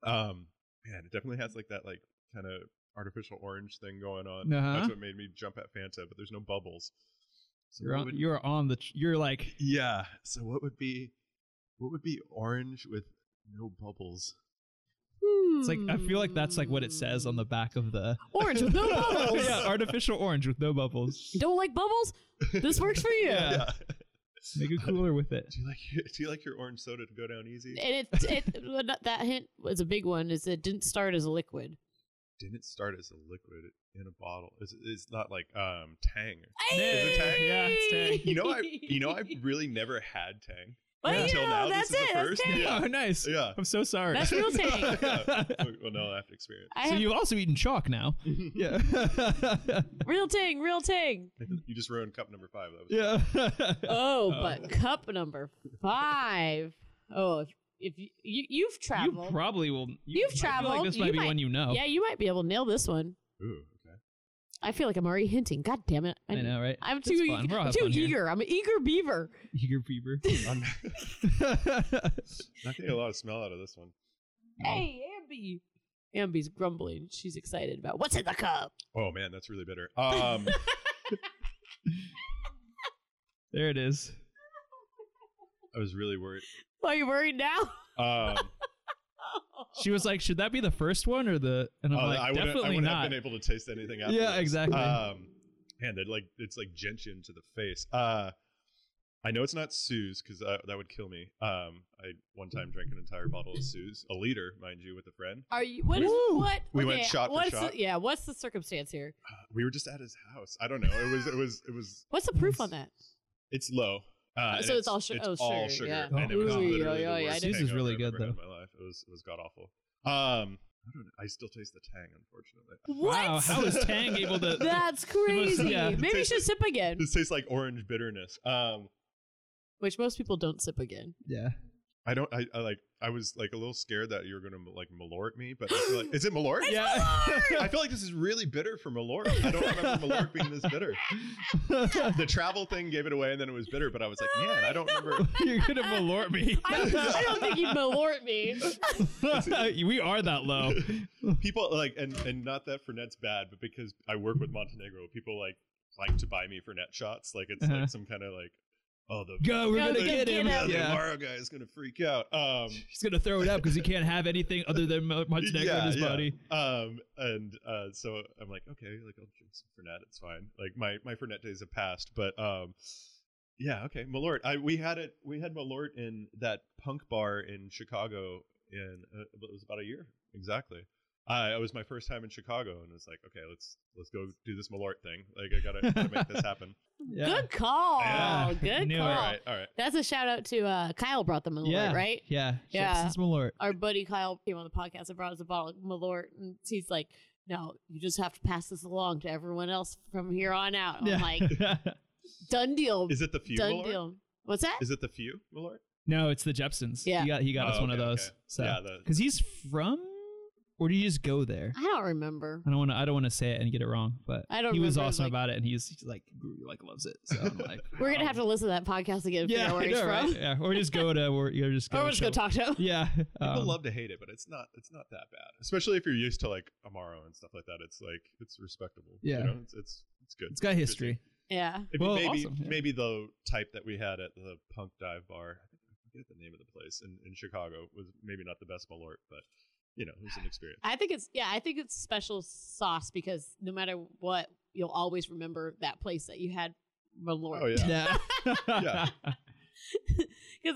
S3: Um, man, it definitely has like that like kind of artificial orange thing going on.
S2: Uh-huh.
S3: That's what made me jump at Fanta, but there's no bubbles. So
S2: You're
S3: what
S2: on,
S3: would-
S2: you're on the tr- you're like
S3: yeah. So what would be what would be orange with no bubbles?
S2: it's like I feel like that's like what it says on the back of the
S1: orange with no bubbles.
S2: yeah, artificial orange with no bubbles.
S1: Don't like bubbles? This works for you.
S2: Yeah. Make it cooler with it.
S3: do you like your, do you like your orange soda to go down easy?
S2: Eh.
S1: And it, it well, not- that hint was a big one. Is it didn't start as a liquid?
S3: Didn't start as a liquid in a bottle. It's, it's not like um Tang.
S2: it Tang? Yeah, it's Tang.
S3: You know I you know I really never had Tang.
S1: Well,
S3: Yeah.
S1: you
S3: Until
S1: know,
S3: now,
S1: that's
S3: this is
S1: it.
S3: the
S1: That's
S3: first.
S1: Tang.
S3: Yeah.
S2: Oh, nice.
S3: Yeah.
S2: I'm so sorry.
S1: That's real Tang.
S3: well, no, I have to experience.
S1: I
S2: so
S1: have
S2: you've also eaten chalk now. Yeah.
S1: real ting, real ting.
S3: you just ruined cup number five. That was
S2: yeah.
S1: Oh,
S2: Oh.
S1: but cup number five. Oh, if, if you, you you've traveled,
S2: You oh. probably will. You,
S1: You've
S2: I feel Like
S1: traveled.
S2: this might
S1: You
S2: be
S1: might-
S2: one you know.
S1: yeah, you might be able to nail this one.
S3: Ooh, okay.
S1: I feel like I'm already hinting. God damn it!
S2: I know, right?
S1: I'm
S2: It's
S1: too
S2: fun.
S1: eager.
S2: We're all
S1: I'm
S2: have
S1: too
S2: fun here.
S1: eager. I'm an eager beaver.
S2: Eager beaver.
S3: I'm not getting a lot of smell out of this one.
S1: Hey, Amby. Amby's grumbling. She's excited about what's in the cup.
S3: Oh man, that's really bitter. Um,
S2: there it is.
S3: I was really worried.
S1: Are you worried now?
S3: Um,
S2: She was like, "Should that be the first one or the?" And I'm
S3: oh,
S2: like,
S3: I wouldn't, I
S2: "Definitely
S3: wouldn't
S2: not."
S3: have been able to taste anything. After
S2: Yeah,
S3: this.
S2: exactly.
S3: Um, man, that like it's like gentian to the face. Uh, I know it's not Sue's because uh, that would kill me. Um, I one time drank an entire bottle of Sue's, a liter, mind you, with a friend.
S1: Are you? What? Is,
S2: Woo.
S1: what?
S3: We went shot for
S1: what's
S3: shot.
S1: The, yeah. What's the circumstance here?
S3: Uh, We were just at his house. I don't know. It was it was it was
S1: What's the proof on that?
S3: It's low.
S1: Oh,
S3: Uh, and
S1: so it's all su-
S3: It's
S1: oh,
S3: all
S1: sugar,
S3: sugar.
S1: yeah.
S3: And it was
S2: Ooh,
S3: literally
S1: yeah,
S3: the
S1: yeah,
S3: worst
S2: yeah, I did- This is really
S3: hangover I've
S2: good,
S3: ever had in my life. It was it was god awful. Um, I don't know. I still taste the tang, unfortunately.
S1: What?
S2: Wow, how is Tang able to?
S1: That's crazy.
S2: yeah.
S1: Maybe you should sip again,
S3: This tastes like orange bitterness. Um,
S1: which most people don't sip again.
S2: yeah.
S3: I don't. I, I like. I was like a little scared that you were gonna like malort me, but I feel like is it malort? I feel like this is really bitter for malort. I don't remember malort being this bitter.
S2: Yeah.
S3: The travel thing gave it away, and then it was bitter. But I was like, man, I don't remember.
S2: You're gonna malort me.
S1: I, I don't think you malort me.
S2: we are that low. Oh.
S3: people like and and not that Fernette's bad, but because I work with Montenegro, people like like to buy me Fernet shots. Like it's
S2: Uh-huh.
S3: like some kind of like oh the
S2: Go, we're
S1: Go,
S2: gonna
S1: go,
S2: get,
S1: get
S2: him.
S3: yeah,
S1: him.
S3: the
S2: Yeah.
S3: Amaro guy is gonna freak out. Um
S2: He's gonna throw it up because he can't have anything other than Mo- Montenegro
S3: yeah,
S2: in his
S3: yeah.
S2: body.
S3: Um and uh so I'm like, okay, like I'll drink some Fernet, it's fine. Like my my Fernet days have passed, but um yeah, okay. Malort. I we had it we had Malort in that punk bar in Chicago in uh, it was about a year. Exactly. I it was my first time in Chicago and it was like, okay, let's let's go do this Malort thing. Like I gotta, gotta make this happen.
S2: Yeah.
S1: Good call.
S3: Yeah.
S1: Good
S2: Knew it.
S1: call.
S3: All right, all right.
S1: That's a shout out to uh, Kyle. Brought them malort,
S2: Yeah.
S1: right?
S2: Yeah.
S1: Yeah.
S2: Simpsons Malort.
S1: Our buddy Kyle came on the podcast and brought us a bottle of malort, and he's like, "No, you just have to pass this along to everyone else from here on out." I'm
S2: Yeah.
S1: like, "Done deal.
S3: Is it the few
S1: Done
S3: Malort?
S1: deal." What's that?
S3: Is it the few Malort?
S2: no, it's the Jepsons.
S1: Yeah.
S2: He got he got
S3: Oh,
S2: us one of
S3: okay,
S2: those.
S3: okay.
S2: So
S3: Yeah, the
S2: because he's from, or do you just go there?
S1: I don't remember.
S2: I don't want to. I don't want to say it and get it wrong, but
S1: I don't
S2: he was
S1: remember,
S2: awesome
S1: like-
S2: about it, and he's, he's like really, like loves it. So I'm like,
S1: We're gonna
S2: wow.
S1: have to listen to that podcast again. to figure
S2: Yeah,
S1: out where
S2: I
S1: he's
S2: know, right?
S1: from.
S2: yeah, or just go to or you just go.
S1: Or we're just gonna
S2: chill.
S1: talk to him.
S2: Yeah,
S3: People
S2: um,
S3: love to hate it, but it's not it's not that bad. Especially if you're used to like Amaro and stuff like that. It's like it's respectable.
S2: Yeah.
S3: You know, it's it's it's good.
S2: It's got
S3: Good
S2: history.
S3: thing.
S1: Yeah.
S3: If you-
S2: Well,
S3: maybe
S2: awesome, yeah.
S3: maybe the type that we had at the punk dive bar, I think I forget the name of the place in, in Chicago was maybe not the best Malort, but you know, it was an experience.
S1: I think it's yeah, I think it's special sauce because no matter what, you'll always remember that place that you had Malort.
S3: Oh yeah.
S2: Yeah.
S1: Because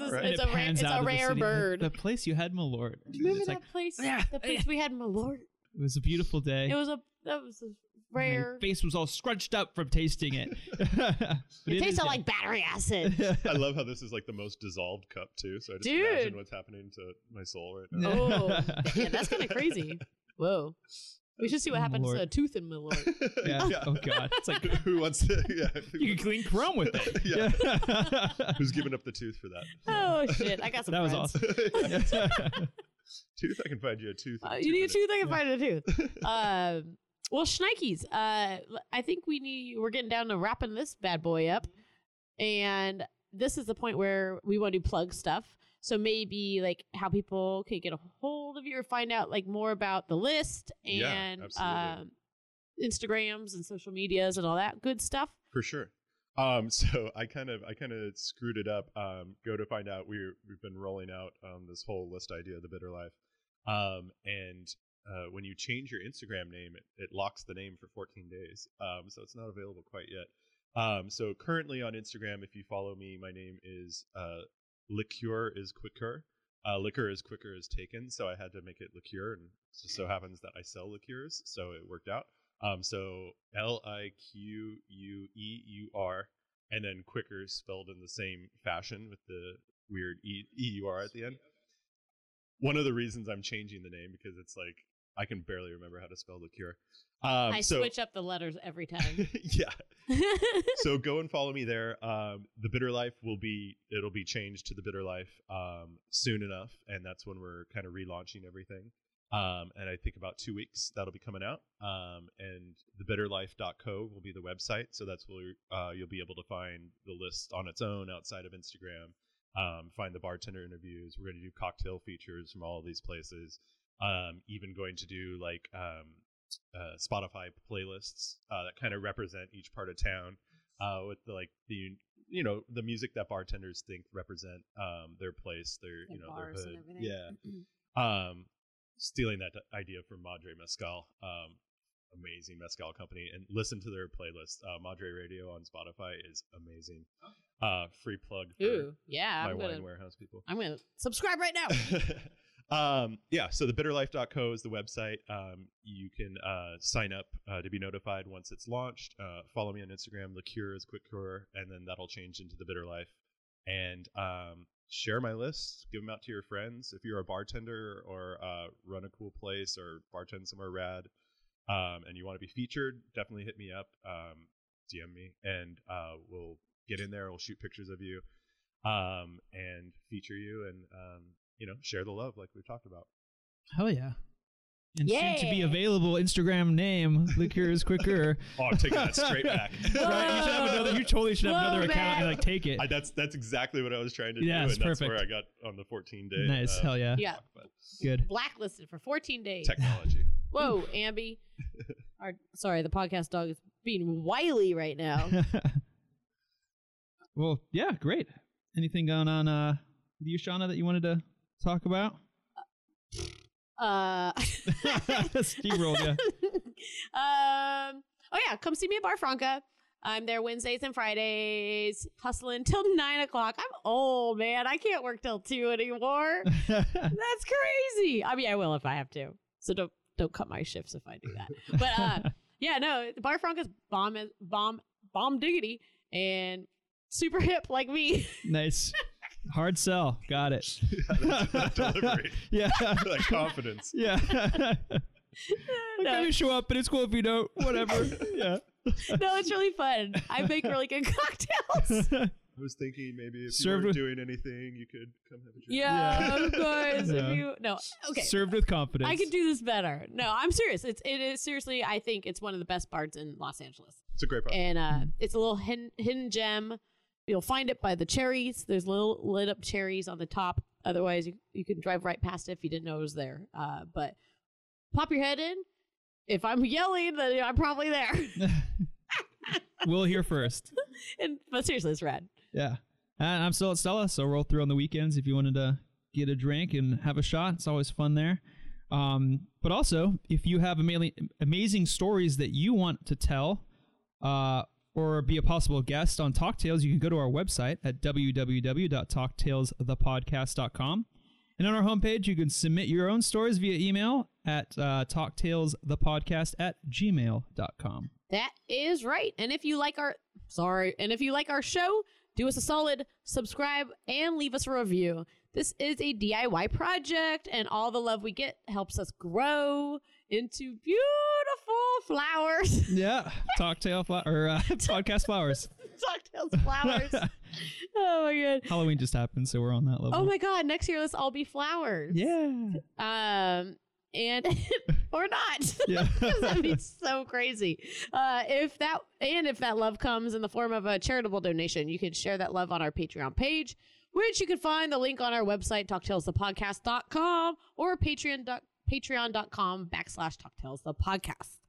S1: it's,
S3: Right.
S1: it's
S2: And
S1: a
S2: it
S1: rare,
S2: pans
S1: it's
S2: out
S1: a
S2: of the
S1: rare
S2: city. The-
S1: bird.
S2: The place you had Malort.
S1: Do you remember
S2: It's
S1: that
S2: like,
S1: place?
S2: yeah,
S1: the place we had Malort.
S2: it was a beautiful day.
S1: It was a that was a
S2: My
S1: rare.
S2: face was all scrunched up from tasting it.
S1: It tasted like battery acid.
S3: I love how this is like the most dissolved cup too. So I just
S1: Dude.
S3: imagine what's happening to my soul right now.
S1: Oh. yeah, that's kind of crazy. Whoa. We should see what happens
S2: Lord.
S1: to a tooth in Malort.
S2: Yeah. Oh god. It's like
S3: Who wants to? Yeah.
S2: you can clean Chrome with it.
S3: Yeah.
S2: Yeah.
S3: Who's giving up the tooth for that?
S1: oh shit! I got some.
S2: that was
S1: friends.
S2: awesome.
S3: Yeah.
S2: Yeah.
S3: Tooth, I can find you a tooth.
S1: Uh, you need a tooth. I can
S2: Yeah.
S1: find a tooth. Um, well, Schneikes. Uh, l- I think we need. We're getting down to wrapping this bad boy up, and this is the point where we want to plug stuff. So maybe like how people can get a hold of you or find out like more about the list
S3: Yeah,
S1: and
S3: absolutely.
S1: um, Instagrams and social medias and all that good stuff.
S3: for sure. Um, so I kind of I kind of screwed it up. Um, go to find out we we've been rolling out um, this whole list idea, the bitter life, um, and uh, when you change your Instagram name, it, it locks the name for 14 days. Um, so it's not available quite yet. Um, so currently on Instagram, if you follow me, my name is uh, liqueur is quicker. Uh, liquor is quicker is taken, so I had to make it liqueur, and it just so happens that I sell liqueurs, so it worked out. Um, so L I Q U E U R, and then quicker spelled in the same fashion with the weird E U R at the end. One of the reasons I'm changing the name because it's like I can barely remember how to spell liqueur. Um,
S1: I
S3: so,
S1: switch up the letters every time.
S3: yeah, so go and follow me there. Um, the bitter life will be it'll be changed to the bitter life um, soon enough, and that's when we're kind of relaunching everything. Um, and I think about two weeks that'll be coming out. Um, and thebitterlife.co will be the website, so that's where uh, you'll be able to find the list on its own outside of Instagram. Um, find the bartender interviews. We're going to do cocktail features from all these places. Um, even going to do like um, uh, Spotify playlists uh, that kind of represent each part of town uh, with the, like the you know the music that bartenders think represent um, their place, their,
S1: Their
S3: you know their
S1: bars and
S3: hood.
S1: everything.
S3: Yeah, um, stealing that idea from Madre Mescal, um, amazing Mescal company, and listen to their playlist. Uh, Madre Radio on Spotify is amazing. Uh, free plug for
S1: Ooh, yeah.
S3: my
S1: I'm gonna.
S3: wine warehouse people.
S1: I'm gonna subscribe right now.
S3: um, yeah, so the bitterlife.co is the website. Um, you can uh, sign up uh, to be notified once it's launched. Uh, follow me on Instagram, the cure is quick cure, and then that'll change into the bitter life. And um, share my list, give them out to your friends. If you're a bartender or uh, run a cool place or bartend somewhere rad um, and you want to be featured, definitely hit me up, um, DM me, and uh, we'll get in there. We'll shoot pictures of you um, and feature you and um, you know share the love like we talked about.
S2: Hell yeah. And soon to be
S1: Yeah.
S2: available Instagram name, liquor is quicker.
S3: Oh, I'm taking that straight back.
S2: Right, you should have another. You totally should have
S1: Whoa,
S2: another account and
S1: man.
S2: like take it.
S3: I, that's that's exactly what I was trying to
S2: Yeah,
S3: do,
S2: it's
S3: and that's where I
S2: perfect.
S3: got on the 14 day.
S2: Nice.
S3: uh,
S2: Hell yeah.
S1: Yeah.
S3: but
S2: Good.
S1: Blacklisted for 14 days.
S3: Technology.
S1: Whoa, Ambi. Our, sorry, the podcast dog is being wily right now.
S2: well, yeah, great. Anything going on uh with you, Shauna, that you wanted to talk about?
S1: Uh,
S2: Steamrolled, yeah.
S1: um, oh, yeah. Come see me at Bar Franca. I'm there Wednesdays and Fridays, hustling till nine o'clock. I'm old, man. I can't work till two anymore. That's crazy. I mean, I will if I have to. So don't don't cut my shifts if I do that. But uh, yeah, no, the Bar Franca's bomb, is- bomb, bomb diggity, and super hip like me.
S2: nice. Hard sell. Got it.
S3: That delivery.
S2: yeah.
S3: Like confidence.
S2: Yeah. Like,
S1: No.
S2: I just show up, and it's cool if you don't. Whatever. yeah.
S1: no, it's really fun. I make really good cocktails.
S3: I was thinking maybe if
S2: Served
S3: you were
S2: with-
S3: doing anything, you could come have a drink.
S1: Yeah,
S2: Yeah.
S1: of course.
S2: Yeah.
S1: If you no, okay.
S2: Served with confidence.
S1: I could do this better. No, I'm serious. It's it is seriously. I think it's one of the best bars in Los Angeles,
S3: It's a great problem.
S1: and uh, it's a little hidden, hidden gem. You'll find it by the cherries. There's little lit up cherries on the top. Otherwise, you you can drive right past it if you didn't know it was there. Uh, but pop your head in. If I'm yelling, then I'm probably there.
S2: we'll hear first.
S1: and but seriously, it's rad.
S2: Yeah. And I'm still at Stella, so roll through on the weekends if you wanted to get a drink and have a shot. It's always fun there. Um, but also, if you have amazing, amazing stories that you want to tell uh, or be a possible guest on Talk Tales, you can go to our website at www.talktalesthepodcast.com. And on our homepage, you can submit your own stories via email at uh, talktalesthepodcast at gmail.com.
S1: That is right. And if you like our sorry, and if you like our show, do us a solid, subscribe and leave us a review. This is a DIY project and all the love we get helps us grow into beautiful flowers.
S2: Yeah, Talktail flower or uh, podcast flowers.
S1: Cocktails, flowers. oh my god.
S2: Halloween just happened, so we're on that level.
S1: Oh my god. Next year, let's all be flowers.
S2: Yeah,
S1: Um, and or not.
S2: yeah.
S1: that'd be so crazy. Uh, if that and if that love comes in the form of a charitable donation, you can share that love on our Patreon page, which you can find the link on our website, talktales.thepodcast.com or patreon dot- patreon.com backslash talktales the podcast.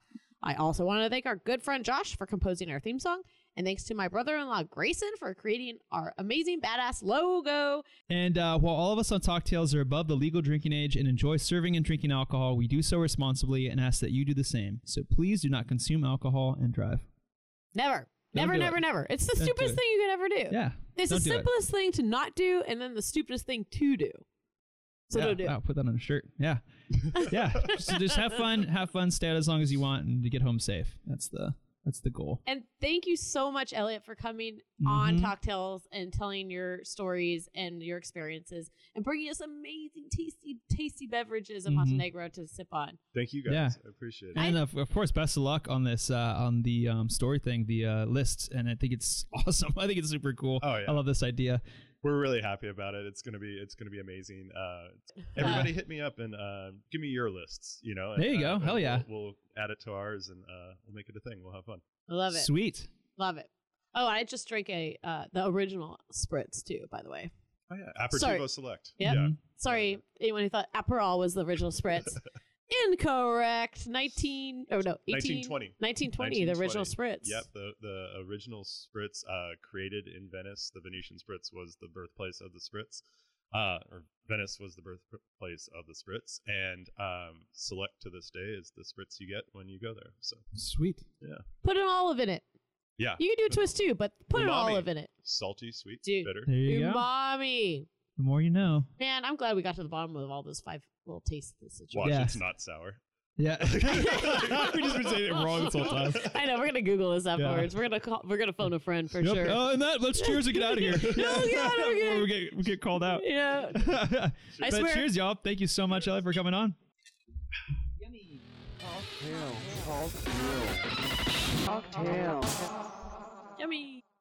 S1: I also want to thank our good friend Josh for composing our theme song. And thanks to my brother in law, Grayson, for creating our amazing badass logo.
S2: And uh, while all of us on Talktails are above the legal drinking age and enjoy serving and drinking alcohol, we do so responsibly and ask that you do the same. So please do not consume alcohol and drive.
S1: Never, never,
S2: do
S1: never,
S2: it.
S1: never. It's the
S2: Don't do
S1: stupidest
S2: it.
S1: thing you could ever do.
S2: Yeah,
S1: It's the
S2: Don't do it.
S1: simplest thing to not do, and then the stupidest thing to do. So
S2: yeah.
S1: don't do. it.
S2: Wow, put that on a shirt. Yeah, yeah. so just have fun, have fun, stay out as long as you want, and to get home safe. That's the that's the goal.
S1: And thank you so much, Elliot, for coming on
S2: Mhm.
S1: Cocktails and telling your stories and your experiences and bringing us amazing, tasty, tasty beverages of
S2: Mhm.
S1: Montenegro to sip on.
S3: Thank you guys.
S2: Yeah.
S3: I appreciate it.
S2: And uh, of, of course, best of luck on this uh, on the um, story thing, the uh, list, and I think it's awesome. I think it's super cool.
S3: Oh, yeah.
S2: I love this idea.
S3: We're really happy about it. It's gonna be it's gonna be amazing. Uh, everybody, hit me up and uh, give me your lists. You know, and,
S2: There you go.
S3: uh, and
S2: Hell yeah.
S3: We'll, we'll add it to ours and uh, we'll make it a thing. We'll have fun.
S1: Love it.
S2: Sweet.
S1: Love it. Oh, I just drank a uh, the original spritz too, by the way.
S3: Oh yeah, aperitivo
S1: Sorry.
S3: select.
S1: Yep.
S2: Mm-hmm.
S3: Yeah,
S1: Sorry, anyone who thought Aperol was the original spritz. Incorrect. 19, oh no, 18,
S3: 1920.
S1: 1920, the original
S3: 1920.
S1: spritz.
S3: Yep, the, the original spritz uh, created in Venice, the Venetian spritz was the birthplace of the spritz, uh, or Venice was the birthplace of the spritz, and um, select to this day is the spritz you get when you go there. So
S2: Sweet.
S1: Put an olive in it.
S3: yeah,
S1: You can do a twist too, but put an
S3: Umami.
S1: olive in it.
S3: salty, sweet,
S1: Dude.
S3: bitter.
S2: There you go.
S1: Umami.
S2: The more you know.
S1: Man, I'm glad we got to the bottom of all those five little tastes of the
S3: Watch,
S1: situation.
S2: Yeah.
S3: it's not sour.
S2: Yeah.
S3: We've
S2: just been saying it wrong this whole time.
S1: I know. We're gonna Google this afterwards.
S2: afterwards.
S1: We're gonna call, we're gonna phone a friend for
S2: Yep.
S1: sure.
S2: Oh, and that. Let's cheers and get out of here.
S1: Oh, God, we're good.
S2: Or we get we get called out.
S1: yeah. I
S2: but
S1: swear-
S2: cheers, y'all. Thank you so much, Ellie, for coming on.
S4: Cocktail.
S1: Yummy.